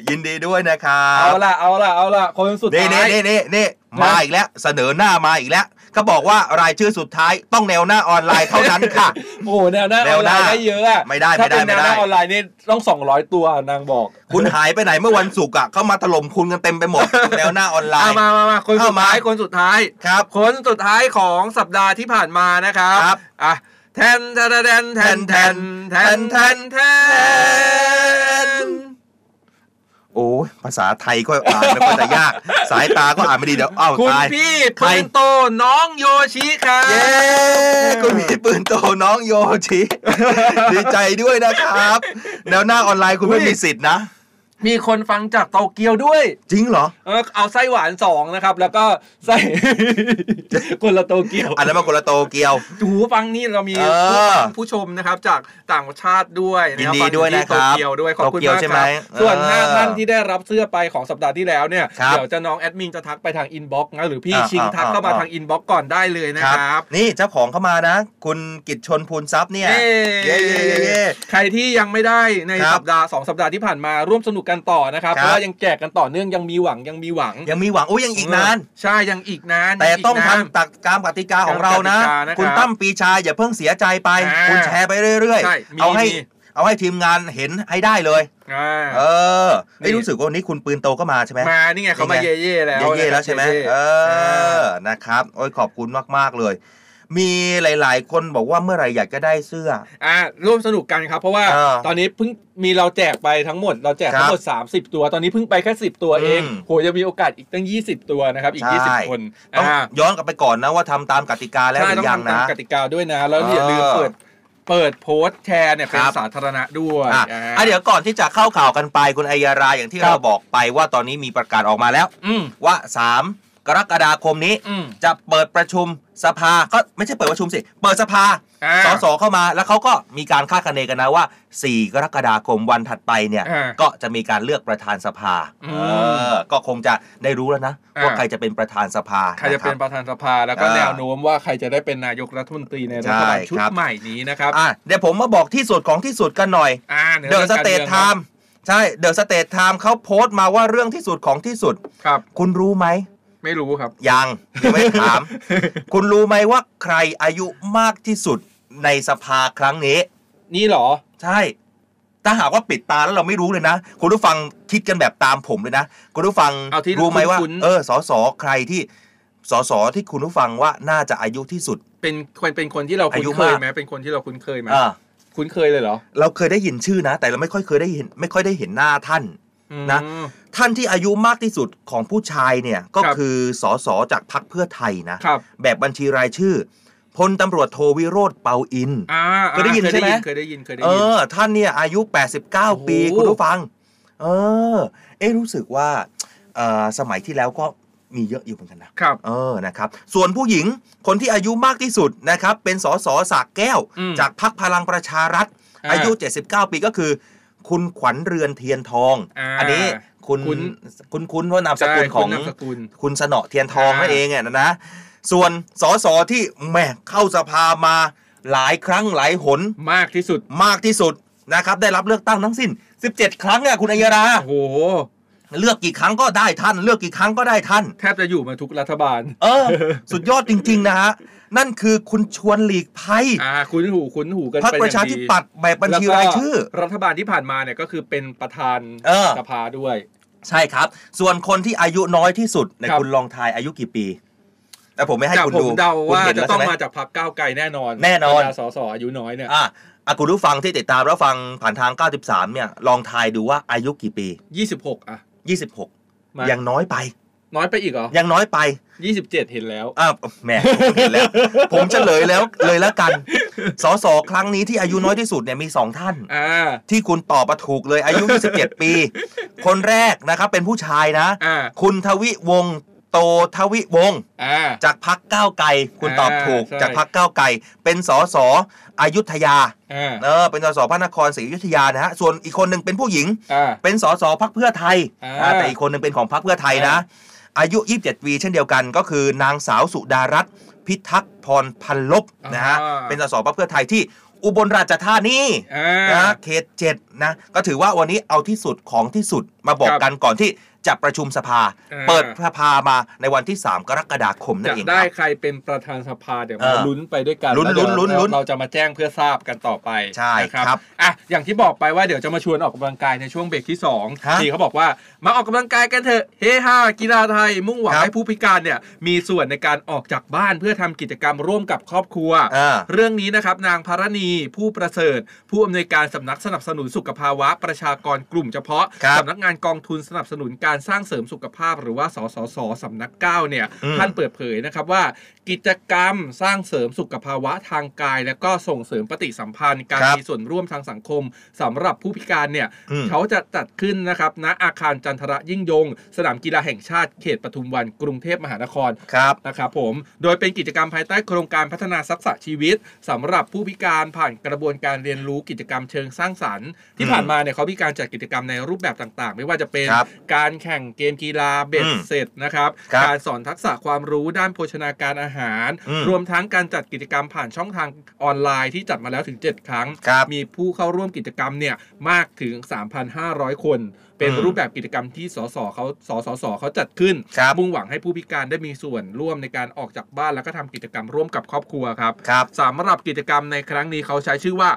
ยินดีด้วยนะครั
เอา
บ
ละเอาละเอาละคนสุด
นี่
ท้าย
นี่นี่นี่นี่มาอีกแล้ว เสนอหน้ามาอีกแล้วเขาบอกว่ารายชื่อสุดท้ายต้องแนวหน้าออนไลน์เท่านั้น ค่ะ
โอ้โหแนวหน้าอ
แน
อ
วน ห
ไล
น้า
น์ได้เยอะอะ
ไม่ได้
ถ้าเป็น
ไม่
แนว
ได้ไม่ได้
หน้าออนไลน์นี่ต้อง 200 ตัวนางบอก
คุณหายไปไหนเมื่อวันศุกร์อ่ะเขามาถล่มคุณกันเต็มไปห มด แนวหน้าออนไล
อ่ะ
น์
มามามาคนสุดท้า
เอา
ย
มา
คนสุดท้าย
ครับ
คนสุดท้ายของสัปดาห์ที่ผ่านมานะครับ
ครับ
อ่ะแทนแทนแทนแทนแทนแทนแทนแทน
โอ้ยภาษาไทยก็อ่านไม่ค่อยจะ ยาก สายตาก็อ่านไม่ดีเดี๋ยวเอ้า
คุณ
ตาย
พี่ปืนโตน้องโยชิครับ
เย้คุณพี่ปืนโตน้องโยชิ ดีใจด้วยนะครับ แล้วหน้าออนไลน์คุณไม่มีสิทธินะ
มีคนฟังจากโตเกียวด้วย
จริงเหรอ
เออเอาไส้หวานสองนะครับ แล้วก็ไส้ คนละโตเกียว
อันนั้นมาคนละโตเกียว
หูฟังนี่เรามี
เอ
ผู้
อ
ฟังผู้ชมนะครับ จากต่างชาติด้วยะครับ
ยินดีด้วย
ฟังอที่
นะครับ
โตเกียวด้วยขอบคุ
โต
ณ
เกียว
มาก
ใช่
ค
ไหม
รับส่วน
เออ
ห้าท่านที่ได้รับเสื้อไปของสัปดาห์ที่แล้วเนี่ย
ครับ
เดี๋ยวจะน้องแอดมินจะทักไปทางอินบ็อกซ์นะหรือพี่
อ่า
ชิงทัก
อ่า
เข้ามา
อ่า
ทางอินบ็อกซ์ก่อนได้เลยนะครับ
นี่เจ้าของเข้ามานะ คุณกิจชนพูนทรัพย์เนี่ย เย้
เย้
เย้เย้เย้
ใครที่ยังไม่ได้ใน
ครับ
สัปดาห์สองสัปดาห์ที่ผ่านมาร่วมสนุกกันต่อนะครับ
ครับ
เพราะว่ายังแจกกันต่อเนื่องยังมีหวังยังมีหวัง
ยังมีหวังโอ้ยยังอีกนาน
ใช่ยังอีกนาน
แต่
ยังก
ต้อง
นาน
ทำตักตามกติกาของเรานะ
ตามกติกานะครับ
คุณตั้มปีชาอย่าเพิ่งเสียใจไป
อ่า
คุณแชร์ไปเรื่อย
ใช่มี
ๆ เอาให้
มี
เอาให้ทีมงานเห็นให้ได้เลย
อ่า
เออไอ้
นี่
ยรู้สึกว่าวันนี้คุณปืนโตก็มาใช่ไหม
มานี่ไงเขามาเย่เย่ๆแล้ว
เย่เย่แล้วใช่ไหม
เย่ๆ
เออนะครับโอ้ยขอบคุณมากๆเลย มีหลายๆ คนบอกว่าเมื่อไหร่อยากจะได้เสื้อ
อ่าร่วมสนุกกันครับ เพราะว่า
เออ
ตอนนี้เพิ่งมีเราแจกไปทั้งหมด เราแจกทั้งหมด 30 ตัว ตอนนี้เพิ่งไปแค่ 10 ตัวเอง
อืม
โหยังมีโอกาสอีกตั้ง 20 ตัวนะครับอีก
ใช่
20 คน
ต้อง
อ่า
ย้อนกลับไปก่อนนะว่าทำตามกติกาแล้วห
ใช่
รื
ต้อง
อยัง
ทำตา
นะ
มกติกาด้วยนะ แล้วอย่าลืม
เออ
เปิดเปิดโพสต์แชร์เนี่ยเป็น
ครับ
สาธารณะด้วย
อ่ะ
า
อ่ะเดี๋ยวก่อนที่จะเข้าข่าวกันไปคุณอัยยาราอย่างที่
ครับ
เราบอกไปว่าตอนนี้มีประกาศออกมาแล้ว
อืม
ว่า 3 กรกฎาคมนี้
อืม
จะเปิดประชุมสภาก็ไม่ใช่เปิดประชุมสิ เปิดสภา
อ่า
สสเข้ามา แล้วเขาก็มีการคาดคะเนกันนะว่า 4 กรกฎาคมวันถัดไปเนี่ย
อ่า
ก็จะมีการเลือกประธานสภา
อืม
เออก็คงจะได้รู้แล้วนะ
อ่า
ว่าใครจะเป็นประธานสภา
ใครจะเป็น
น
ประธานสภาแล้วก็
อ่า
แนวโน้มว่าใครจะได้เป็นนายกรัฐมนตรีในรัฐบาล
ใช่
ชุด
ครับ
ใหม่นี้นะครับ
อ่ะเดี๋ยวผมมาบอกที่สุดของที่สุดกันหน่อย
อ่า
เดอะสเตทไทม์ใช่เดอะสเตทไทม์เขาโพสต์มาว่าเรื่องที่สุดของที่สุด
ครับ
คุณรู้ไหม
ไม่รู้ครับ
ยังยังไม่ถาม คุณรู้ไหมว่าใครอายุมากที่สุดในสภาครั้งนี้
นี่เหรอ
ใช่ ถ้าหากว่าปิดตาแล้วเราไม่รู้เลยนะ คุณผู้ฟังคิดกันแบบตามผมเลยนะ คุณผู้ฟัง
เอาที่
รู้ไหมว่า
คุ้นๆ
เออสอสอใครที่สอสอที่คุณผู้ฟังว่าน่าจะอายุที่สุด
เป็นคนเป็นคนที่เราคุ้น
อายุ
เคย
มาก
ไหมเป็นคนที่เราคุ้นเคยไหม
อ่า
คุ้นเคยเลยเหรอ
เราเคยได้ยินชื่อนะ แต่เราไม่ค่อยเคยได้เห็นไม่ค่อยได้เห็นหน้าท่าน
อืม
นะ ท่านที่อายุมากที่สุดของผู้ชายเนี่ยก็
ครับ
คือสอสอจากพรรคเพื่อไทยนะ
ครับ
แบบบัญชีรายชื่อพลตำรวจโทวิโรธเปาอิน
อ่า
เคยได้ยิน
เคยได้ยิ
ใช่
น
ไหม
เคยได้ยินเคยได้
เอ
ยิน
อ ท่านเนี่ยอายุ
โอ้
89
โห
ปี คุณผู้ฟัง เออ เอ๊ะรู้สึกว่าเอ่อสมัยที่แล้วก็มีเยอะอยู่เหมือนกันนะ
ครับ
เออ นะครับ ส่วนผู้หญิงคนที่อายุมากที่สุดนะครับ เป็นสสสากแก้ว
อืม
จากพักพลังประชารัฐ
อ่า
อายุ 79 ปีก็คือ คุณขวัญเรือนเทียนทอง
อ่าน
นี้คุณ
คุ้น
คุณคุณว่านามส
ใช่
กุลข
คุ
อ
ณ
ง
นามสกุล
คุณสนอเทียนทอง
อ่า
นั่นเองอะนะนะ ส่วนสสที่แหมเข้าสภามาหลายครั้งหลายหน
มากที่สุด
มากที่สุดนะครับ ได้รับเลือกตั้งทั้งสิ้น 17 ครั้งอะคุณอัยยรา
โอ้โห
เลือกกี่ครั้งก็ได้ท่าน เลือกกี่ครั้งก็ได้ท่าน
แทบจะอยู่มาทุกรัฐบาล
เออ สุดยอดจริง ๆ นะฮะ นั่นคือคุณชวนหลีกภัย
อ่าคุ้นหูคุ้นหูกัน
พรรค
เป็น
ป
อย่
ระ
งดี
ชาธิปัตย์แบบบัญชี
แล้วก็
รายชื่อ
รัฐบาลที่ผ่านมาเนี่ยก็คือเป็นประธาน
เออ
สภาด้วย
ใช่ครับ ส่วนคนที่อายุน้อยที่สุดในย
ครับ
คุณลองทายอายุกี่ปี แต่ผมไม่ให้
แต่
คุณ
ผ
ดู
มเดา
คุณ
ว่า
เห็น
จะ
แล้ว
ต้อ
ใช่
ง
ไหม
มาจากพรรคก้าวไกลแน่นอน
แน่นอน
บรรดาสสอายุน้อยเนี่ย
อ่ะอ่ะคุณผู้ฟังที่ติดตามแล้วฟังผ่านทาง 93 เนี่ย ลองทายดูว่าอายุกี่ปี
ยี่สิบหกอ่ะมา
26 ยังน้อยไป
น้อยไปอีกเหรอ
ยังน้อยไป
ยี่สิบเจ็ดเห็นแล้ว
อ้าวแหมผมเห็นแล้ว ผมเฉลยแล้วเลยแล้วกัน สสครั้งนี้ที่อายุน้อยที่สุดเนี่ยมี 2 ท่าน
อ่า
ที่คุณตอบมาถูกเลยอายุ 27 ปี คนแรกนะครับเป็นผู้ชายนะ
อ่า
คุณทวิวงศ์โตทวิวงศ์
อ่า
จากพักก้าวไกล คุณตอบถูก
อ่าใช่
จากพักก้าวไกล เป็นสสอยุธยา
อ่า
เออเป็นสสพระนครศรีอยุธยานะฮะส่วนอีกคนหนึ่งเป็นผู้หญิง
อ่า
เป็นสสพักเพื่อไทย
อ่า
อ่าแต่อีกคนหนึ่งเป็นของพักเพื่อไทยนะ อายุ 27 ปี เช่นเดียวกันก็คือนางสาวสุดารัตน์พิทักษ์พรพันลบนะฮะ
อ่า
เป็นสสพักเพื่อไทยที่อุบลราชธานี
อ่า
นะเขตเจ็ดนะก็ถือว่าวันนี้เอาที่สุดของที่สุดมาบอก
ครับ
กันก่อนที่ จะประชุมสภา
อ่า
เปิดสภามาในวันที่ 3 กรกฎาคมนั่
จะ
นเองค
ได้
รับ
ใครเป็นประธานสภาเดี๋ยว
เอ
มา
อ
ลุ้นไปด้วยกัน
ลุ้น
แวเดี๋ยว
ลุ้นลุ้น
เราเราจะมาแจ้งเพื่อทราบกันต่อไป
ใช่
นะครับ อ่ะอย่างที่บอกไปว่าเดี๋ยวจะมาชวนออกกำลังกายในช่วงเบรกที่สอง
ฮะ
ที่เขาบอกว่ามาออกกำลังกายกันเถอะเฮฮากีฬาไทย มุ่งหวัง
ครับ
ให้ผู้พิการเนี่ยมีส่วนในการออกจากบ้านเพื่อทำกิจกรรมร่วมกับครอบครัว
อ่า
เรื่องนี้นะครับนางพารณีผู้ประเสริฐ ผู้อำนวยการสำนักสนับสนุนสุขภาวะประชากรกลุ่มเฉพาะ
ครับ
สำนักงานกองทุนสนับสนุนการสร้างเสริมสุขภาพ หรือว่าสสสสำนักเก้าเนี่ย
อืม
ท่านเปิดเผยนะครับว่า กิจกรรมสร้างเสริมสุขภาวะทางกาย และก็ส่งเสริมปฏิสัมพันธ์ การ
ครับ
มีส่วนร่วมทางสังคมสำหรับผู้พิการเนี่ย
อืม
เขาจะจัดขึ้นนะครับณอาคารจันทระยิ่งยง สนามกีฬาแห่งชาติเขตปทุมวันกรุงเทพมหานคร
ครับ
นะครับผม โดยเป็นกิจกรรมภายใต้โครงการพัฒนาทักษะชีวิตสำหรับผู้พิการผ่านกระบวนการเรียนรู้กิจกรรมเชิงสร้างสรรค์ ที่
อืม
ผ่านมาเนี่ยเขามีการจัดกิจกรรมในรูปแบบต่างๆ ไม่ว่าจะเป็น
ครับ
การแข่งเกมกีฬาเบ็ด
อืม
เสร็จนะครับ
ครับ
การสอนทักษะความรู้ด้านโภชนาการอาหาร
อืม
รวมทั้งการจัดกิจกรรมผ่านช่องทางออนไลน์ที่จัดมาแล้วถึง 7 ครั้ง
ครับ
มีผู้เข้าร่วมกิจกรรมเนี่ยมากถึง 3,500 คน เป็น
อืม
รูปแบบกิจกรรมที่สสเขาสสสเขาจัดขึ้น
ครับ
มุ่งหวังให้ผู้พิการได้มีส่วนร่วมในการออกจากบ้านแล้วก็ทำกิจกรรมร่วมกับครอบครัวครับ
ครับ
สำหรับกิจกรรมในครั้งนี้เขาใช้ชื่อว่า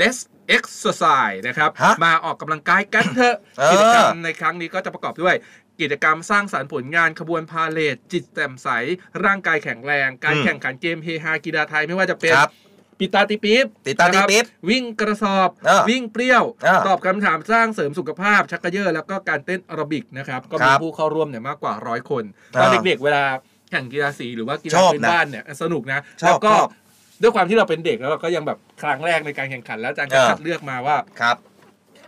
Let's Exercise นะครับ
ฮะ
มาออกกำลังกายกันเถอะ
เออ
กิจกรรมในครั้งนี้ก็จะประกอบด้วย กิจกรรมสร้างสารรค์ผลงานขบวนพาเลทจิตแจ่มใส ร่างกายแข็งแรง การแข่งขันเกมเฮฮากีฬาไทยไม่ว่าจะเป็น
ครับ
ปิดตาติปี๊บ
ปิดตาตีปี๊บ
นะครับวิ่งกระสอบ
เออ
วิ่งเปรี้ยว
เออ
ตอบคำถามสร้างเสริมสุขภาพ ชักกระเยอะแล้วก็การเต้นแอโรบิกนะครับ ก็
ค
มี
รับ
ผู้เข้าร่วมเนี่ยมากกว่าร้อยคน
เออ
ตอนเด็กๆ เวลาแข่งกีฬาสีหรือว่ากีฬา
ชอบนะ
พื้นบ้านเนี่ยสนุกนะ
ชอบ
แล้วก็
ชอบ
ด้วยความที่เราเป็นเด็กแล้วเราก็ยังแบบครั้งแรกในการแข่งขันแล้วอาจารย์ก็
เออ
คัดเลือกมาว่า
ครับ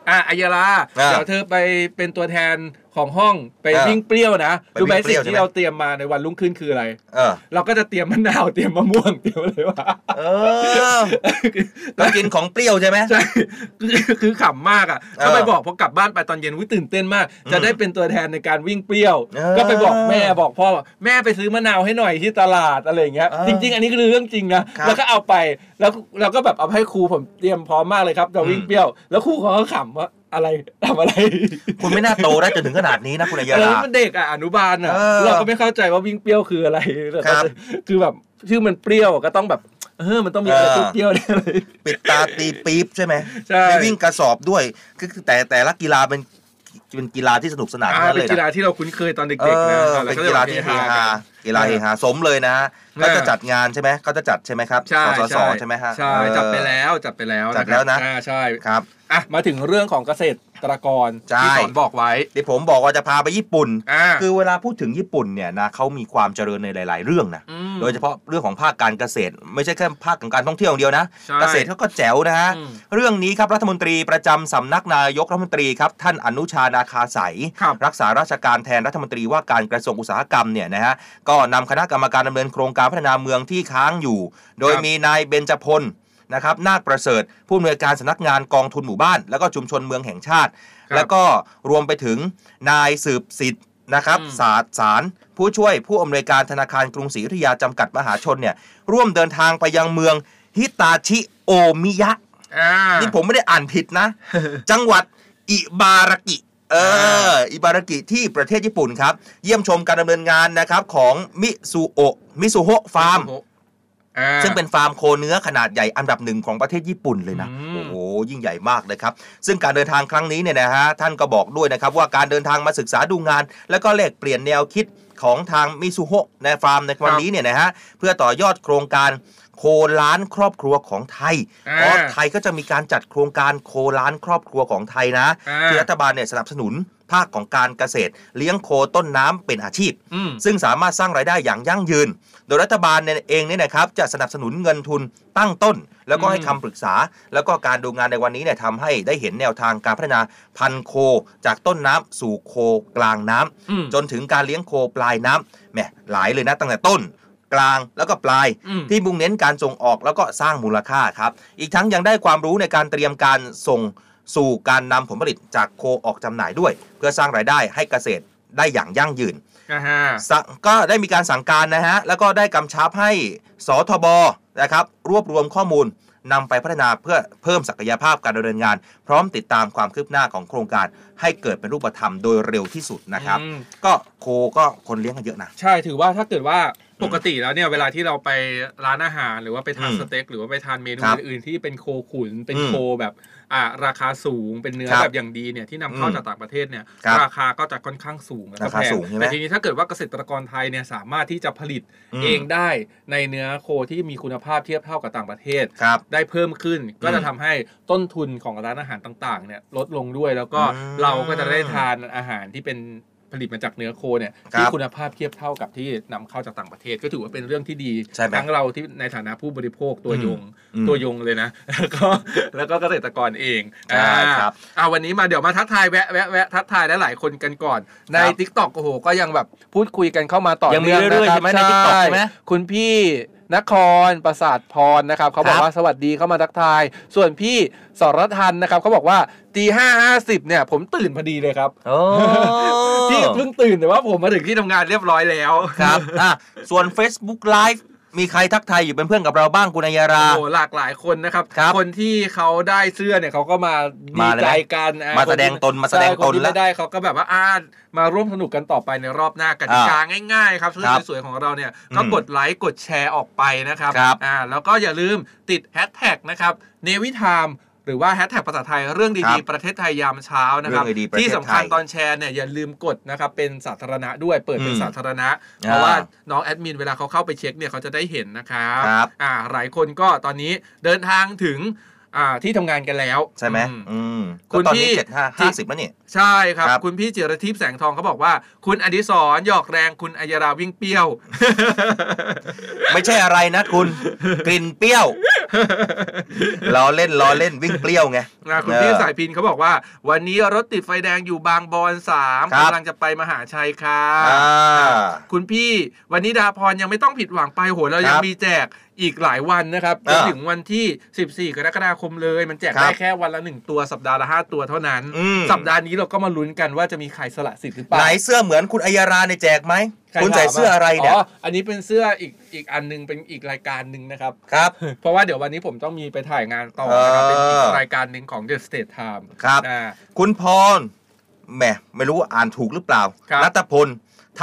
อ่ะอัยยาลา
อ่ะ
เดี๋ยวเธอไปเป็นตัวแทนของห้องไป
อ่ะ
วิ่งเปรี้ยวนะ
ไป
ดูไหม
วิ่งเปรี้ย
สิ่
ว
ง
ใช่ไหม
ที่เราเตรียมมาในวันรุ่งขึ้นคืออะไร
เออ
เราก็จะเตรียมมะนาวเตรียมมะม่วงเตรียมอะไรวะ
เออต้องกินของเปรี้ยวใช่ไหม
ใช่ คือคือขำมากอ่ะ
เออ
ก็ไปบอกพอกลับบ้านไปตอนเย็นวิตื่นเต้นมาก
อืม
จะได้เป็นตัวแทนในการวิ่งเปรี้ยว
เออ
ก็ไปบอกแม่บอกพ่อว่าแม่ไปซื้อมะนาวให้หน่อยที่ตลาดอะไรอย่างเงี้ย
เออ
จริง ๆ อันนี้คือเรื่องจริงนะครับแล้วก็เอาไปแล้วเราก็แบบเอาให้ครูผมเตรียมพร้อมมากเลยครับจะวิ่ง
อืม
เปรี้ยว แล้วครูเขาก็ขำว่าอะไรทำอะไร
คุณไม่น่าโตได้จนถึงขนาดนี้นะคุณอัยยา
เออ
ลา
มันเด็กอ่ะอนุบาลอ่ะ
เออ
เราก็ไม่เข้าใจว่าวิ่งเปรี้ยวคืออะไรแต่
ครั
ก็
บ
คือแบบชื่อมันเปรี้ยวก็ต้องแบบเออมันต้องมีอะไร
เออ
เปรี้ยวๆแน่เลย
ปิดตาตีปี๊บใช่ไหม
ใช่
ไม่วิ่งกระสอบด้วยคือคือแต่แต่ละกีฬาเป็นเป็นกีฬาที่สนุกสนานทั้ง
อ่า
นั้น
เป็
เลย
นกี
นะ
ฬาที่เราคุ้นเคยตอน
เอ
เด็กๆนะ
อ
แล้ว
เป็นกีฬาที่เฮ
กั
ฮาน กีฬาเฮฮาสมเลยนะฮะ
เออ
เขาจะจัดงานใช่ไหมเขาจะจัดใช่ไหมครับ
ใช่
กสศ
ใช่
ใช่ไหมฮะ
ใช่
เออ
จัดไปแล้วจัดไปแล้ว
จัดแล้วนะ
ครับอ่าใช่
ครับ
อ่ะมาถึงเรื่องของเกษตรกร
ใช่
ที่สอนบอกไว้
เดี๋ยวผมบอกว่าจะพาไปญี่ปุ่น
อ่า
คือเวลาพูดถึงญี่ปุ่นเนี่ยนะเขามีความเจริญในหลาย ๆ เรื่องนะ
ม
โดยเฉพาะเรื่องของภาคการเกษตร ไม่ใช่แค่ภาคของการท่องเที่ยวอย่างเดียวนะ
ใช่
เกษตรเขาก็แจ๋วนะฮะ
อืม
เรื่องนี้ครับรัฐมนตรีประจำสำนักนายกรัฐมนตรีครับท่านอนุชานาคาใส
ครับ
รักษาราชการแทนรัฐมนตรีว่าการกระทรวงอุตสาหกรรมเนี่ยนะฮะก็นำคณะกรรมการดำเนินโครงการพัฒนาเมืองที่ค้างอยู่ โดยมีนายเบญจพลนะครับนาคประเสริฐ ผู้อำนวยการสำนักงานกองทุนหมู่บ้าน แล้วก็ชุมชนเมืองแห่งชาติ
ครับ
แล้วก็รวมไปถึงนายสืบสิทธิ์นะครับ
อืม
ศาสตร์สาร ผู้ช่วยผู้อำนวยการธนาคารกรุงศรีอยุธยาจำกัดมหาชนเนี่ยร่วมเดินทางไปยังเมืองฮิตาชิโอมิยะ
อ่า
นี่ผมไม่ได้อ่านผิด นะ จังหวัดอิบารากิ เออ อิบารากิที่ประเทศญี่ปุ่นครับ เยี่ยมชมการดำเนินงานนะครับของมิซูโอะมิซูโฮะฟาร์ม
อ่า
ซึ่งเป็นฟาร์มโคเนื้อขนาดใหญ่อันดับหนึ่งของประเทศญี่ปุ่นเลยนะ
อืม
โอ้โห ยิ่งใหญ่มากเลยครับ ซึ่งการเดินทางครั้งนี้เนี่ยนะฮะ ท่านก็บอกด้วยนะครับ ว่าการเดินทางมาศึกษาดูงาน แล้วก็แลกเปลี่ยนแนวคิดของทางมิซูโฮะในฟาร์มในวันนี้เนี่ยนะฮะ เพื่อต่อยอดโครงการโคล้านครอบครัวของไทย
อ่า
เพราะไทยก็จะมีการจัดโครงการโคล้านครอบครัวของไทยนะ
อ่า
ที่รัฐบาลเนี่ยสนับสนุนภาคของการเกษตร เลี้ยงโคต้นน้ำเป็นอาชีพ
อืม
ซึ่งสามารถสร้างรายได้อย่างยั่งยืน โดยรัฐบาลเนี่ยเองเนี่ยนะครับจะสนับสนุนเงินทุนตั้งต้น แล้วก็ให้
อืม
คำปรึกษา แล้วก็การดูงานในวันนี้เนี่ยทำให้ได้เห็นแนวทางการพัฒนาพันธุ์โค จากต้นน้ำสู่โคกลางน้ำ
อืม
จนถึงการเลี้ยงโคปลายน้ำแหมหลายเลยนะตั้งแต่ต้น กลางแล้วก็ปลาย
อืม
ที่มุ่งเน้นการส่งออกแล้วก็สร้างมูลค่าครับ อีกทั้งยังได้ความรู้ในการเตรียมการส่งสู่การนำผลผลิตจากโคออกจำหน่ายด้วย เพื่อสร้างรายได้ให้เกษตรได้อย่างยั่งยืน
อ่าฮะ
สั่งก็ได้มีการสั่งการนะฮะ แล้วก็ได้กำชับให้สทบนะครับ รวบรวมข้อมูล นำไปพัฒนาเพื่อเพิ่มศักยภาพการดำเนินงาน พร้อมติดตามความคืบหน้าของโครงการ ให้เกิดเป็นรูปธรรมโดยเร็วที่สุดนะครับ
อืม
ก็โคก็คนเลี้ยงกันเยอะนะ
ใช่ถือว่าถ้าเกิดว่าปกติแล้วเนี่ยเวลาที่เราไปร้านอาหาร หรือว่าไปทาน
อืม
สเต็กหรือว่าไปทานเมนู
ครับ
อื่นๆที่เป็นโคขุนเป็น
อืม
โคแบบอ่าราคาสูงเป็นเนื้อ
ครับ
แบบอย่างดีเนี่ยที่นำเข้า
อืม
จากต่างประเทศเนี่ย
ครับ
ราคาก็จะค่อนข้างสูงแล้วก็
ราคา
แพง
สูงใช่ไหม
แต่ทีนี้ถ้าเกิดว่าเกษตรกรไทยเนี่ยสามารถที่จะผลิต
อืม
เองได้ในเนื้อโคที่มีคุณภาพเทียบเท่ากับต่างประเทศ
ครับ
ได้เพิ่มขึ้นก็
อืม
จะทำให้ต้นทุนของร้านอาหารต่างๆเนี่ยลดลงด้วยแล้วก็
อืม
เราก็จะได้ทานอาหารที่เป็นผลิตมาจากเนื้อโคเนี่ย
ครั
ที่
บ
คุณ คุณภาพเทียบเท่ากับที่นำเข้าจากต่างประเทศก็ถือว่าเป็นเรื่องที่ดี
ใช่ไหม
ทั้งเราที่ในฐานะผู้บริโภคตัวยง
อืม
ตัวยงเลยนะ แล้วก็แล้วก็เกษตรกรเอง
ใช่ครับ
อ่าอ่าวันนี้มาเดี๋ยวมาทักทายแวะแวะแวะทักทายหลายๆคนกันก่อน ใน
ครับ
t ิ k t o k โอ้โหก็ยังแบบพูดคุยกันเข้ามาต่อ
ยังมี
นื่
เรื่อยๆ
นะ
ใช่
ค
ไหมใน TikTok ใช่ไหม
คุณพี่นครประสาทพรนะครับเขาบ
ค
อก
รับ
ว่าสวัสดีเข้ามาทักทาย ส่วนพี่สรทันนะครับเขาบอกว่าตีห้าห้าสิบเนี่ยผมตื่นพอดีเลยครับพี่เพิ่งตื่นแต่ว่าผมมาถึงที่ทำงานเรียบร้อยแล้ว
ครับอ่ะส่วน Facebook Live มีใครทักทายอยู่เป็นเพื่อนกับเราบ้างคุณอัยยารา
โอ้โหหลากหลายคนนะครับ
ครับ
คนที่เขาได้เสื้อเนี่ยเขาก็มาดี
มาเลยไหม
ใจกันอ่ะ
มาแสดง
คที่
ตนมาแสดง
ใช่ค
ตน
ที่
แล้ว
ไม่ได้เขาก็แบบว่าอ่ามาร่วมสนุกกันต่อไปในรอบหน้ากติกาง่ายๆครับเสื้อ
ครับ
สวยๆของเราเนี่ยก็
อืม
กดไลค์กดแชร์ออกไปนะครับ
ครับ
อ่าแล้วก็อย่าลืมติดแฮชแท็กนะครับเนวิทามหรือว่าแฮชแท็กภาษาไทยเรื่อง
ครั
ดี
บ
ๆประเทศไทยยามเช้านะครับ
เรื่องดีๆประเทศไทย
ที่สำคัญตอนแชร์เนี่ยอย่าลืมกดนะครับเป็นสาธารณะด้วยเปิดเป็น
อืม
สาธารณะเพราะว่า
อ่า
น้องแอดมินเวลาเขาเข้าไปเช็คเนี่ยเขาจะได้เห็นนะครับ
ครับ
อ่าหลายคนก็ตอนนี้เดินทางถึงอ่าที่ทำงานกันแล้ว
ใช่ไหม
อื
อืม
คุ
ก็
ณ
ตอน
พี่
นี้เจ็ดห้าห้าสิบแล้วนี่
ใช่ครับ
ครับ
คุณพี่จิรทิพย์แสงทองเขาบอกว่า คุณอดิศรหยอกแรงคุณอัยราวิ่งเปรี้ยว
ไม่ใช่อะไรนะคุณ กลิ่นเปรี้ยวล้อเล่นล้อเล่นวิ่งเปรี้ยวไง
นะคุณพี่สายพินเขาบอกว่า วันนี้รถติดไฟแดงอยู่บางบอนสาม
ครับ
กำลังจะไปมหาชัยค่ะ
อ่า
คุณพี่วันนี้ดาพรยังไม่ต้องผิดหวังไปโหเรายัง
ครับ
มีแจกอีกหลายวันนะครับจ
อ่าน
ถึงวันที่ 14 กรกฎาคมเลย มันแจก
ครับ
ได้แค่วันละหนึ่งตัวสัปดาห์ละห้าตัวเท่านั้น
อืม
สัปดาห์นี้เราก็มาลุ้นกันว่าจะมีใครสละสิทธิ์หรือเป
ไหน
ล่า
เสื้อเหมือนคุณอัยยาราในยแจกไหม
ใร
คุณใส่
ถามะ
เสื้ออะไรเนี่ย
อ๋อ อันนี้เป็นเสื้ออีกอีกอันหนึงเป็นอีกรายการหนึ่งนะครับ
ครับ
เพราะว่าเดี๋ยววันนี้ผมต้องมีไปถ่ายงานต่อนะครับ เป็นอี
เออ
กรายการหนึ่งของ The State Time
ครับ
อ่า
คุณพรแหมไม่รู้ว่าอ่านถูกหรือเปล่า
ครับ
นัตพล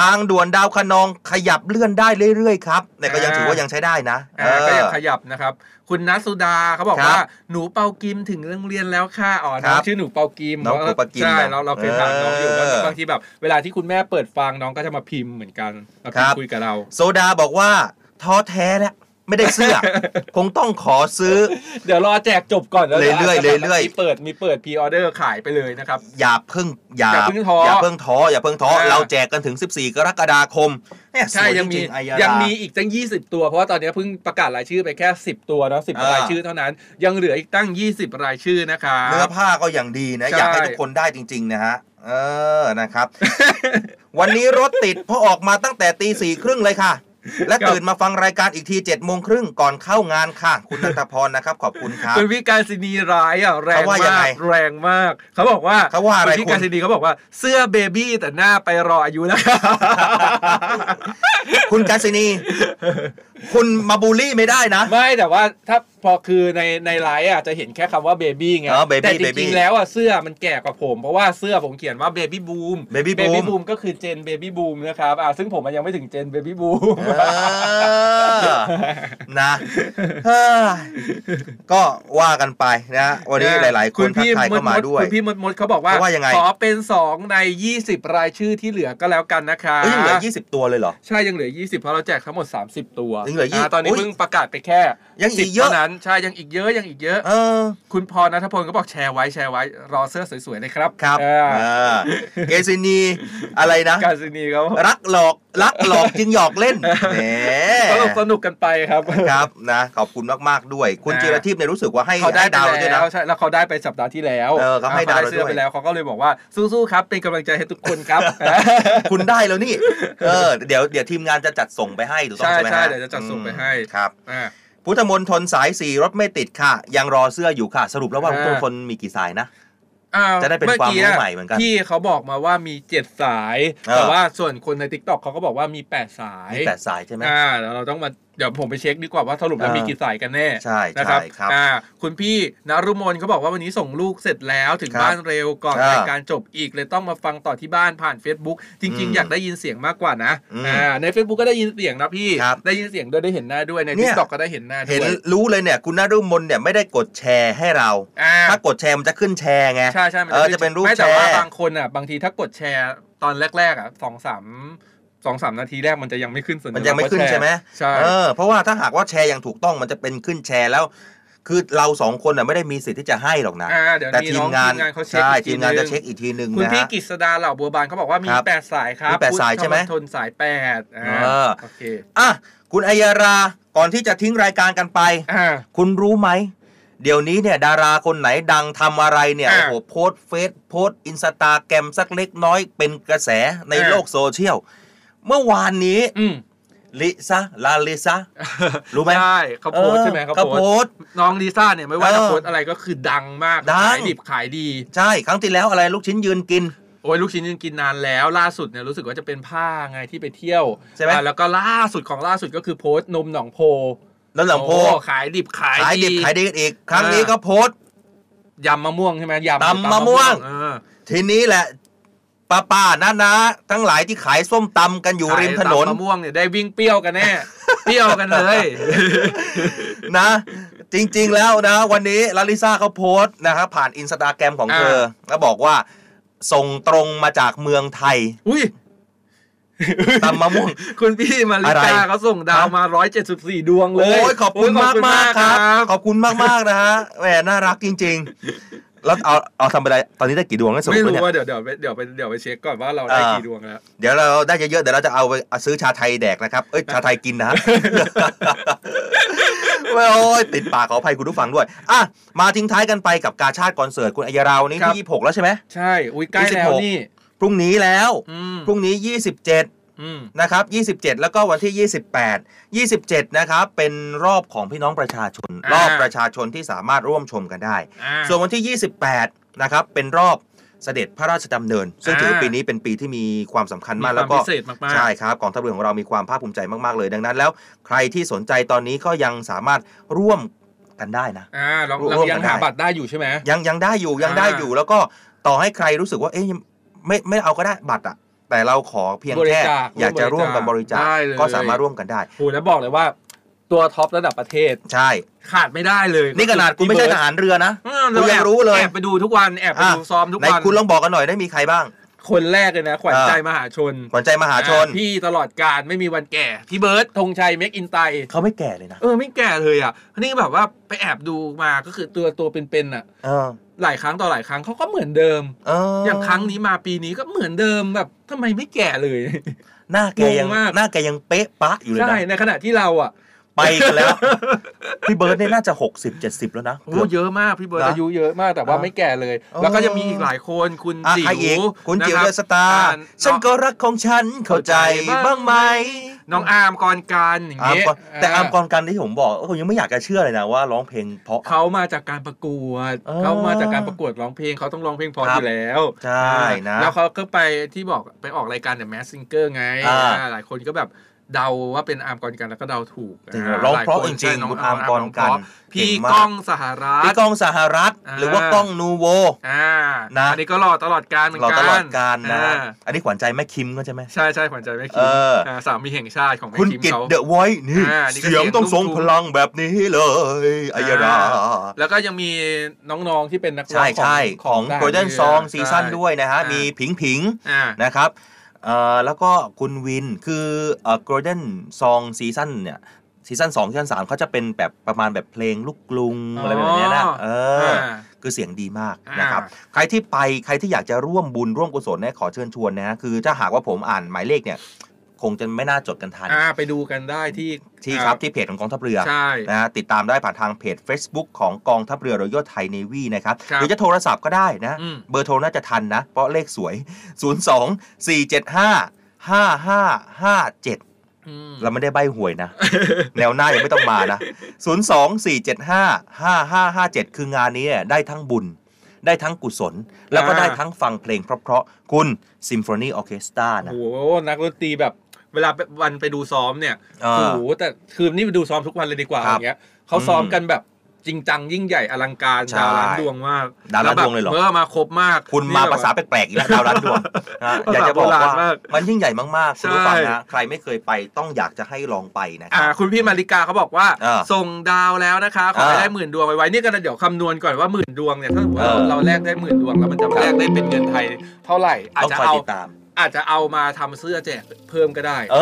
ทางด่วนดาวคะนองขยับเลื่อนได้เรื่อยๆครับแต่ก็ยังถือว่ายังใช้ได้นะ
อ่าก็ยัง
เออ
ขยับนะครับ คุณนัทสุดาเขาบอก
ครับ
ว่าหนูเปากิมถึงโรงเรียนแล้วค่ะอ๋อ
ค
น้
รั
อง
บ
ชื่อหนูเปากิม
น้อง
พระว่
เปากิม
ใช่
นะ
เราเราเคยถามน้องอยู่ว่า
เออบ
างทีแบบ เวลาที่คุณแม่เปิดฟังน้องก็จะมาพิมพ์เหมือนกันมาพิม
ครับ
พ์คุยกับเรา
โซดาบอกว่าท้อแท้แล้วไม่ได้เสื้อ คงต้องขอซื้อ
เดี๋ยวรอแจกจบก่อนแล้วดี๋ว
เรื่อยๆ
าจจะแบบ
เรื่อยๆ
มีเปิดมีเปิดพรีออเดอร์ขายไปเลยนะครับ
อย่าเพิ่งอย่า
อย่าเพิ่งท้ออย่
อาเพิ่งท้ออย่าเพิ่งท้อ
อ่า
เราแจกกันถึง 14 กรกฎาคมเนี่ย
ใช่
สวย
ยัง
จ
มี
ริๆอายา
ยัง
รา
มีอีกตั้ง 20 ตัว เพราะว่าตอนนี้เพิ่งประกาศรายชื่อไปแค่ 10 ตัวเนาะสิ
อ่าร
รายชื่อเท่านั้น ยังเหลืออีกตั้ง 20 รายชื่อนะครับ
เนื้อผ้าก็อย่างดีนะ
ใช่
อยากให้ทุกคนได้จริง ๆ นะฮะ เออนะครับ วันนี้รถติดเพราะออกมาตั้งแต่ตีสี่ครึ่งเลยค่ะ และตื่นมาฟังรายการอีกทีเจ็ดโมงครึ่งก่อนเข้างานค่ะ คุณนัทพรนะครับ ขอบคุณครับ
คุณวิการศินีร้ายอ่ะแรง
เขาว่ายัง
มาก
ไง
แรงมาก เขาบอกว่า
เขาว่าอะไร
คุณวิกา
คุ
ร
ณ
ศินีเขาบอกว่าเสื้อเบบี้แต่หน้าไปรออายุนะครับ
คุณกาซินี คุณมาบูลลี่ไม่ได้นะ
ไม่แต่ว่าถ้าพอคือในในไลฟ์อ่ะจะเห็นแค่คำว่าเบบี้ไง
อ๋อ baby
แต่จ
baby
ริงๆแล้วอ่ะเสื้อมันแก่กว่าผม เพราะว่าเสื้อผมเขียนว่าเบบี้บูม
Baby boom
บูมก็คือเจนเบบี้บูมนะครับอ่ะซึ่งผมมันยังไม่ถึงเจนเบบี้บูม
เออ นะเฮ้ยก็ว่ากันไปนะ วันนี้หลาย ๆ คนทักทายเข้ามาด้วย
คุณพี่มดมดเขาบอกว่า
เขาว่ายังไง
ขอเป็น 2 ใน 20 รายชื่อที่เหลือก็แล้วกันนะคะ
เอ้ยยังเหลือ 20 ตัวเลยเหรอ
ใช่ยังเหลือ 20 เพราะเราแจกทั้งหมด 30 ตัว
ยังเหลือ20
าตอนนี้
อุ๊ย
เพิ่งประกาศไปแค่
ยังอีก
10
เยอะ
ท่านั้นใช่ยังอีกเยอะยังอีกเยอะ
เออ
คุณพรนัทพลก็บอกแชร์ไว้แชร์ไว้รอเสื้อสวยๆเลยครับ
ครับ
เออ
อ่าเกซินีอะไรนะ
การซินีเขา
รักหลอกรักหลอกจึงหยอกเล่นแหม
สนุกสนุกกันไปครับ
ครับนะขอบคุณมาก ๆ ด้วย คุณจิรทิพย์เนี่ยรู้สึกว่าให้
เขาได้
ให้ดาว
ไป
เราด้วย
แล้
นะ
วใช่แล้วเขาได้ไปสัปดาห์ที่แล้ว
เออเขาให้ดาวเรา
เสื้อ
ด้วย
ไปแล้วเขาก็เลยบอกว่าสู้ๆครับเป็นกำลังใจให้ทุกคน ครับ
คุณได้แล้วนี่ เออเดี๋ยวเดี๋ยวทีมงานจะจัดส่งไปให้ถูกต้อง
ใช่
ใช่ไหมฮ
ใช่เดี๋ยวจะจัดส่งไปให้
ครับ
อ่า
พุทธมนทนสายสี่รถไม่ติดค่ะ ยังรอเสื้ออยู่ค่ะ สรุปแล้วว่า
อ่า
พุทธมนทนมีกี่สายนะ
อ้าว
จะได้เป็น
มื่อ
ความรู้
ะ
ใหม่เหมือนกัน
ที่เขาบอกมาว่ามีเจ็ดสาย
เออ
แต่ว่าส่วนคนใน t ิ k t o k เขาก็บอกว่ามีแปดสาย
มีแปดสายใช่ไหม
อ่าแล้วเราต้องมา เดี๋ยวผมไปเช็คดีกว่าว่าสรุปแล้ว
เออ
มีกี่สายกันแน่
ใช่ใช่
นะครับ
ครับ
อ่าคุณพี่นรุมนเขาบอกว่าวันนี้ส่งลูกเสร็จแล้วถึง
ครับ
บ้านเร็วก่อ
อ่าร
นายการจบอีกเลยต้องมาฟังต่อที่บ้านผ่าน Facebook จริง
อืม
ๆ อยากได้ยินเสียงมากกว่านะ
อืม
อ่าใน Facebook ก็ได้ยินเสียงนะพี่
ครับ
ได้ยินเสียงด้วยได้เห็นหน้าด้วยใน
เนี่
ทิก
ย
ตอกก็ได้เห็นหน้า
เห็น
ด้วย
รู้เลยเนี่ยคุณนรุมนเนี่ยไม่ได้กดแชร์ให้เรา
อ่า
ถ้ากดแชร์มันจะขึ้นแชร์ไง
ใช่ใช่มัน
เออจะเป็นรูป
ไม่
แช
แต่ว่า
ร์
บางคนอ่ะบางทีถ้ากดแชร์ตอนแรกๆอ่ะสองสามสองสามนาทีแรกมันจะยังไม่ขึ้นสัญ
มันยังไม่ขึ้น
ว่าแร์
ใช่ไหม
ใช่
เออเพราะว่าถ้าหากว่าแชร์อย่างถูกต้องมันจะเป็นขึ้นแชร์แล้ว คือเราสองคนน่ะไม่ได้มีสิทธิ์ที่จะให้หรอกนะ
อ่าเดี๋ยว
แต่
มี
ที
น้
ม
อง
งาน
ทีมงานเขาเช็ค
ใช่
อีก
ทีมงาน
ห
จะเช็คอีกทีหนึ่ง
คุณ
นะ
พี่
ฮะ
กฤษดาเหล่าบัวบานเขาบอกว่ามี
ครับ
แปดสายครับ
มีแปดสายใช่ไหม
ทนสายแปดอ่า
เออ
โอเค
อ่ะคุณอัยยาราก่อนที่จะทิ้งรายการกันไป
อ่า
คุณรู้ไหม เดี๋ยวนี้เนี่ยดาราคนไหนดังทำอะไรเนี่ย
อ่า
โอ้โหโพสต์เฟซโพสต์อินสตาแกรมสักเล็กน้อยเป็นกระแสใน
อ่า
โลกโซเชียล เมื่อวานนี้
อืม
ลิซ่าลาลิซ่ารู้ไหม
ใช่เขาโพสต์ใช่ไหม
เขาโพสต์
น้องลิซ่าเนี่ยไม่ว่า
เอ
จะ
อ
โพสต์อะไรก็คือดังมาก
ดัง
ขายดิบขายดี
ใช่ครั้งที่แล้วอะไรลูกชิ้นยืนกิน
โอ้ยลูกชิ้นยังกินนานแล้วล่าสุดเนี่ยรู้สึกว่าจะเป็นผ้าไงที่ไปเที่ยว
ใช่ไหม
อ่ะแล้วก็ล่าสุดของล่าสุดก็คือโพสต์นมหนองโพ
แล้วหลังโพ
อ้
ส
ขายดิบขาย
ขายดิบขายดีกันอีก ครั้งนี้ก็โพสต์
ยำมะม่วงใช่ไหมยำ
ตำมะม่วง
เออ
ทีนี้แหละป้าป้าน้านาๆทั้งหลายที่ขายส้มตำกันอยู่ริมถนน
ขายตำมะม่วงเนี่ยได้วิ่งเปรี้ยวกันแน่ เปรี้ยวกัน เลย
นะ จริงๆแล้วนะ วันนี้ลาลิซ่าเขาโพสต์นะครับผ่านอินสตาแกรมของเธอแล้วบอกว่า ส่งตรงมาจากเมืองไทย
อุ้ย
ตำมะม่วง
คุณพี่มาริ
อะไร
กาเขาส่งดาวมา 174 ดวงเลย
โอ้ยขอบคุณ
โย
มากมากๆครับ ขอบคุณมากมากๆนะฮะแหมน่ารักจริง ๆ แล้วเอาเอาทำไปได้ตอนนี้ได้กี่ดวงแล้วสรุป
ไม่
แล้ว
รู้
เนี่ย
ว่าเดี๋ยวเดี๋ยวไปเดี๋ยวไปเดี๋ยวไปเช็คก่อนว่าเราได้
อ่า
กี่ดวงแล้ว
เดี๋ยวเราได้เยอะๆเดี๋ยวเราจะเอาไปซื้อชาไทยแดกนะครับ เอ้ยชาไทยกินนะ โอ้ยติดปากขออภัยคุณผู้ฟังด้วยอ่ะมาทิ้งท้ายกันไปกับกาชาติคอนเสิร์ตคุณอัยยาราวันนี้
ครับ
ที่ 26 แล้วใช่ไหม
ใช่อุ้ยใกล้แล้ว
26
นี่
พรุ่งนี้แล้ว
อืม
พรุ่งนี้ 27
อืม
นะครับ 27 แล้วก็วันที่ 28 27 นะครับ เป็นรอบของพี่น้องประชาชน
อ่าร ร
อบประชาชนที่สามารถร่วมชมกันได้
อ่า
ส่วนวันที่ 28 นะครับ เป็นรอบเสด็จพระราชดำเนิน ซึ่งถือว่า
อ่า
ปีนี้เป็นปีที่มีความสำคัญมาก
มีความ
แล้วก็
พิเศษมากๆ
ใช่ครับกองทัพเรือของเรามีความภาคภูมิใจมาก ๆ เลย ดังนั้นแล้วใครที่สนใจตอนนี้ก็ยังสามารถร่วมกันได้นะ
อ่าเรา
ร่
เรา
วมกัน
ยังหา
ได้
บัตรได้อยู่ใช่ไหม
ยังยังได้อยู่ยังได้อยู่ แล้วก็ต่อให้ใครรู้สึกว่าเอ๊ะยังไม่ไม่เอาก็ได้บัตรอะแต่เราขอเพียง
บริ
แค่
จาค
อยากจะร่วมกันบริจาค
ได้เลย
ก็สามารถร่วมกันได้
โหแล้วบอกเลยว่าตัวท็อประดับประเทศ
ใช่
ขาดไม่ได้เลย
นี่ขนาดคุณไม่ใช่ทหารเรือนะ
เออ
คุณ
แอ
ยัง
บ
รู้เลย
แอบไปดูทุกวันแอบไปดูซ้อมทุก
ไหน
วัน
คุณลองบอกกันหน่อยได้มีใครบ้าง
คนแรกเลยนะ ขวัญ
อ่า
ใจมหาชน
ขวัญใจมหาชน
อ่พี่ตลอดการไม่มีวันแก่ พี่เบิร์ดธงชัยเมกอินไต
เขาไม่แก่เลยนะ
เออไม่แก่เลยอ่ะนี่แบบว่าไปแอบดูมาก็คือตัวตัวเป็นๆอ่ะ
เออ
หลายครั้งต่อหลายครั้งเขาก็เหมือนเดิม
เออ
อ
อย่าง
ครั้งนี้มาปีนี้ก็เหมือนเดิมแบบทำไมไม่แก่เลย
หน้าแกยัง
งงมาก
หน้าแกยังเป๊ะปะอยู่เลย
ใช่
นะ
ในขณะที่เราอ่ะ
ไปกันแล้ว พี่เบิร์ดเนี่ยน่าจะ 60 70 แล้วนะ
โอ้
เกือบ
เยอะมากพี่เบิร์ด
นะ
อายุเยอะมากแต่ว่า
อ่ะ
ไม่แก่เลย
เออ
แล้วก็ยังมีอีกหลายคนคุณ
อ่ะ
จิ๋
ใครอีก
ว
คุณจิ๋ว
นะ
เด
รั
อะ
บ
สตาร์
อ่
ฉันก็รักของฉันเข้าใจบ้างไหม
น้องอาร์มกรการอย่าง
อาร์ม
เงี้ย
กอนแต่อาร์มก
อ่ะ
อนกันที่ผมบอกเออผมยังไม่อยากจะเชื่อเลยนะว่าร้องเพลงเพราะ
เขามาจากการประกวด
เออ
เขามาจากการประกวดร้องเพลงเขาต้องร้องเพลงเพอ
ครั
อบ ยู่แล้ว
ใช่นะ
แล้วเขาก็ไปที่บอกไปออกรายการเดอะแมสซิงเกอร์ไง
อ่า
อ่าหลายคนก็แบบเดาว่าเป็นอาร์มกรการแล้วก็เดาถูก
จริงๆร้องเพราะจริง
ๆ
ๆคุณอาร์มกอนกัน
พี่
เมา
ก้องสหรัฐ
พี่ก้องสหรัฐ
อ่า
หรือว่าก้องนูโว
อ่า
นะ
อันนี้ก็รอตลอดการเหมือน
เรา
กัน
ตลอดการนะ
อ่า
อันนี้ขวัญใจแม่คิมก็ใช่ไหม
ใช่ใช่ขวัญใจแม่คิ
เอ
ม
ออ่
าสามีแห่งชาติของแม่
คุณ
คิม
กิต
เขา
เดอะไว้นี่
อ่านี่ก็
เสียงต้องท
เสี
ร
ย
ง
งลูก
พ
ทุ่ง
ลังแบบนี้เลยอายรา
แล้วก็ยังมีน้องๆที่เป็นนักร้อ
ใช่
งของ
ใช่ของ
ทหาร
Golden
รื
Song
ใช่
ซีซั่นด้วยนะฮะ
อ่ามี
มีผิงผิงๆ
อ่า
นะครับเอ่อแล้วก็คุณวินคือเอ่อ Golden Song Season เนี่ยซีซั่นสองซีซั่นสามเขาจะเป็นแบบประมาณแบบเพลงลูกกรุง
อ๋ออ
อะไรแบบเนี้ยนะเอออา คือเสียงดีมาก
อ่าน
นะครับใครที่ไปใครที่อยากจะร่วมบุญร่วมกุศลเนี่ยขอเชิญชวนนะฮะคือถ้าหากว่าผมอ่านหมายเลขเนี่ย คงจะไม่น่าจดกันทัน
่าไปดูกันได้ที่
ที่ครับที่เพจของกองทัพเรือ
ใช่
นะฮะติดตามได้ผ่านทางเพจ Facebook ของกองทัพเรือรอยัลไทยเนวีนะครับ
ครั
ห
บ
รือจะโทรศัพท์ก็ได้นะ
อืม
เบอร์โทรน่าจะทันนะ เพราะเลขสวย 0 2 4 7 5 5 5 5 7
อืม
เราไม่ได้ใบหวยนะ แนวหน้ายังไม่ต้องมานะ 0 2 4 7 5 5 5 5 7 คืองานนี้เนี่ยได้ทั้งบุญ ได้ทั้งกุศล แล้วก็
อ่า
ได้ทั้งฟังเพลงเพราะๆคุณซิมโฟนีออเคสตรานะ
โอ้โหนักดนตรีแบบ เวลาวันไปดูซ้อมเนี่ยโอ้โหแต่คืนนี้ไปดูซ้อมทุกวันเลยดีกว่าอย่างเงี้ยเขาซ้อมกันแบบจริงจังยิ่งใหญ่อลังการ
ใช่
ดาวล้านดวงมาก
ดาวล้านดวงเลยเหรอ
แบเมื่อมาครบมาก
คุณ
นี่
มา
แบบ
ภาษาแปลกๆอีกแล้วดาวรัน ดวงนะ อยากจะบอก
ภาษา
ว่า
โบราณมาก
มันยิ่งใหญ่มากๆคุณผู้ฟัง
ใช่
นะใครไม่เคยไปต้องอยากจะให้ลองไปนะค
อ่า
รับ
คุณพี่มาริกาเขาบอกว่า
เออ
ส่งดาวแล้วนะคะ ขอ
เอ
ให้
อ
ได้หมื่นดวงไว้นี่ก็เดี๋ยวคำนวณก่อนว่าหมื่นดวงเนี่ยถ้าสมมติว่า
เออ
เราแลกได้หมื่นดวงแล้วมันจะแลกได้เป็นเงินไทยเท่าไหร่ อาจ
ต้อง
จะ
คอย
เอา
ติดตาม
อาจจะเอามาทำเสื้อแจกเพิ่มก็ได้
เอ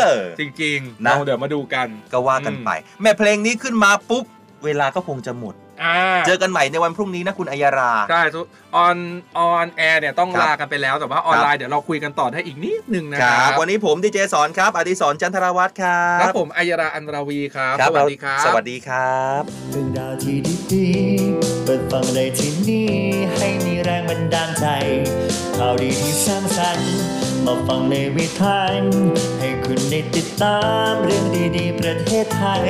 อ
จริงๆ
นะ
เราเดี๋ยวมาดูกัน
ก็ว่ากันไป แม่เพลงนี้ขึ้นมาปุ๊บ เวลาก็คงจะหมด
อ่า
เจอกันใหม่ในวันพรุ่งนี้นะคุณอัยยารา
ใช่ทุกออนออนแอร์เนี่ยต้อง
ครับ
ลากันไปแล้วแต่ว่าออนไล
ครับ
น์เดี๋ยวเราคุยกันต่อได้อีกนิดนึงนะ
ค
ค
รั
รั
บบ วันนี้ผมดีเจสอนครับอดิศรจันทราวัตรครั
ครับ บผมอัยราอันราวีครับ
ครั
สวัสดีครับ
สวัสดีครับ
เรื่องราวที่ดีๆเปิดฟังได้ที่นี่ ให้มีแรงบันดาลใจ ข่าวดีที่สร้างสรรค์มาฟังในวิถีให้คุณได้ติดตามเรื่องดีๆ ประเทศไทย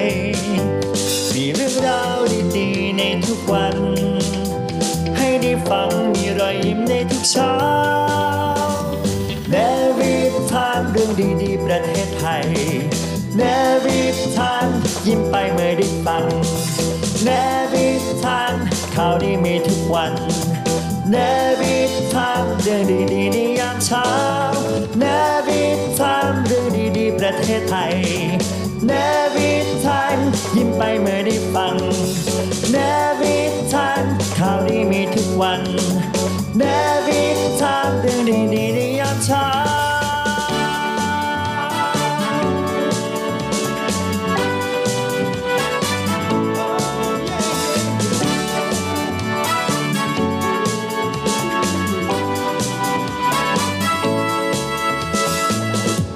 มีเรื่องราวดีๆ ในทุกวัน ให้ได้ฟังมีรอยยิ้มในทุกเช้า เนวิทานเรื่องดีๆ ประเทศไทย เนวิทานยิ้มไปเมื่อได้ฟัง เนวิทานข่าวดีมีทุกวัน เนวิทานเรื่องดีๆในยามเช้า เนวิทานเรื่องดีๆ ประเทศไทย เนวิทานยิ้มไปเมื่อได้ฟัง เนวิทานข่าวดีมีทุกวัน เนวิทานเรื่องดีๆในยามเช้า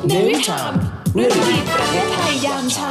ในวิชามเรื่องดีประเทศไทยยามเช้า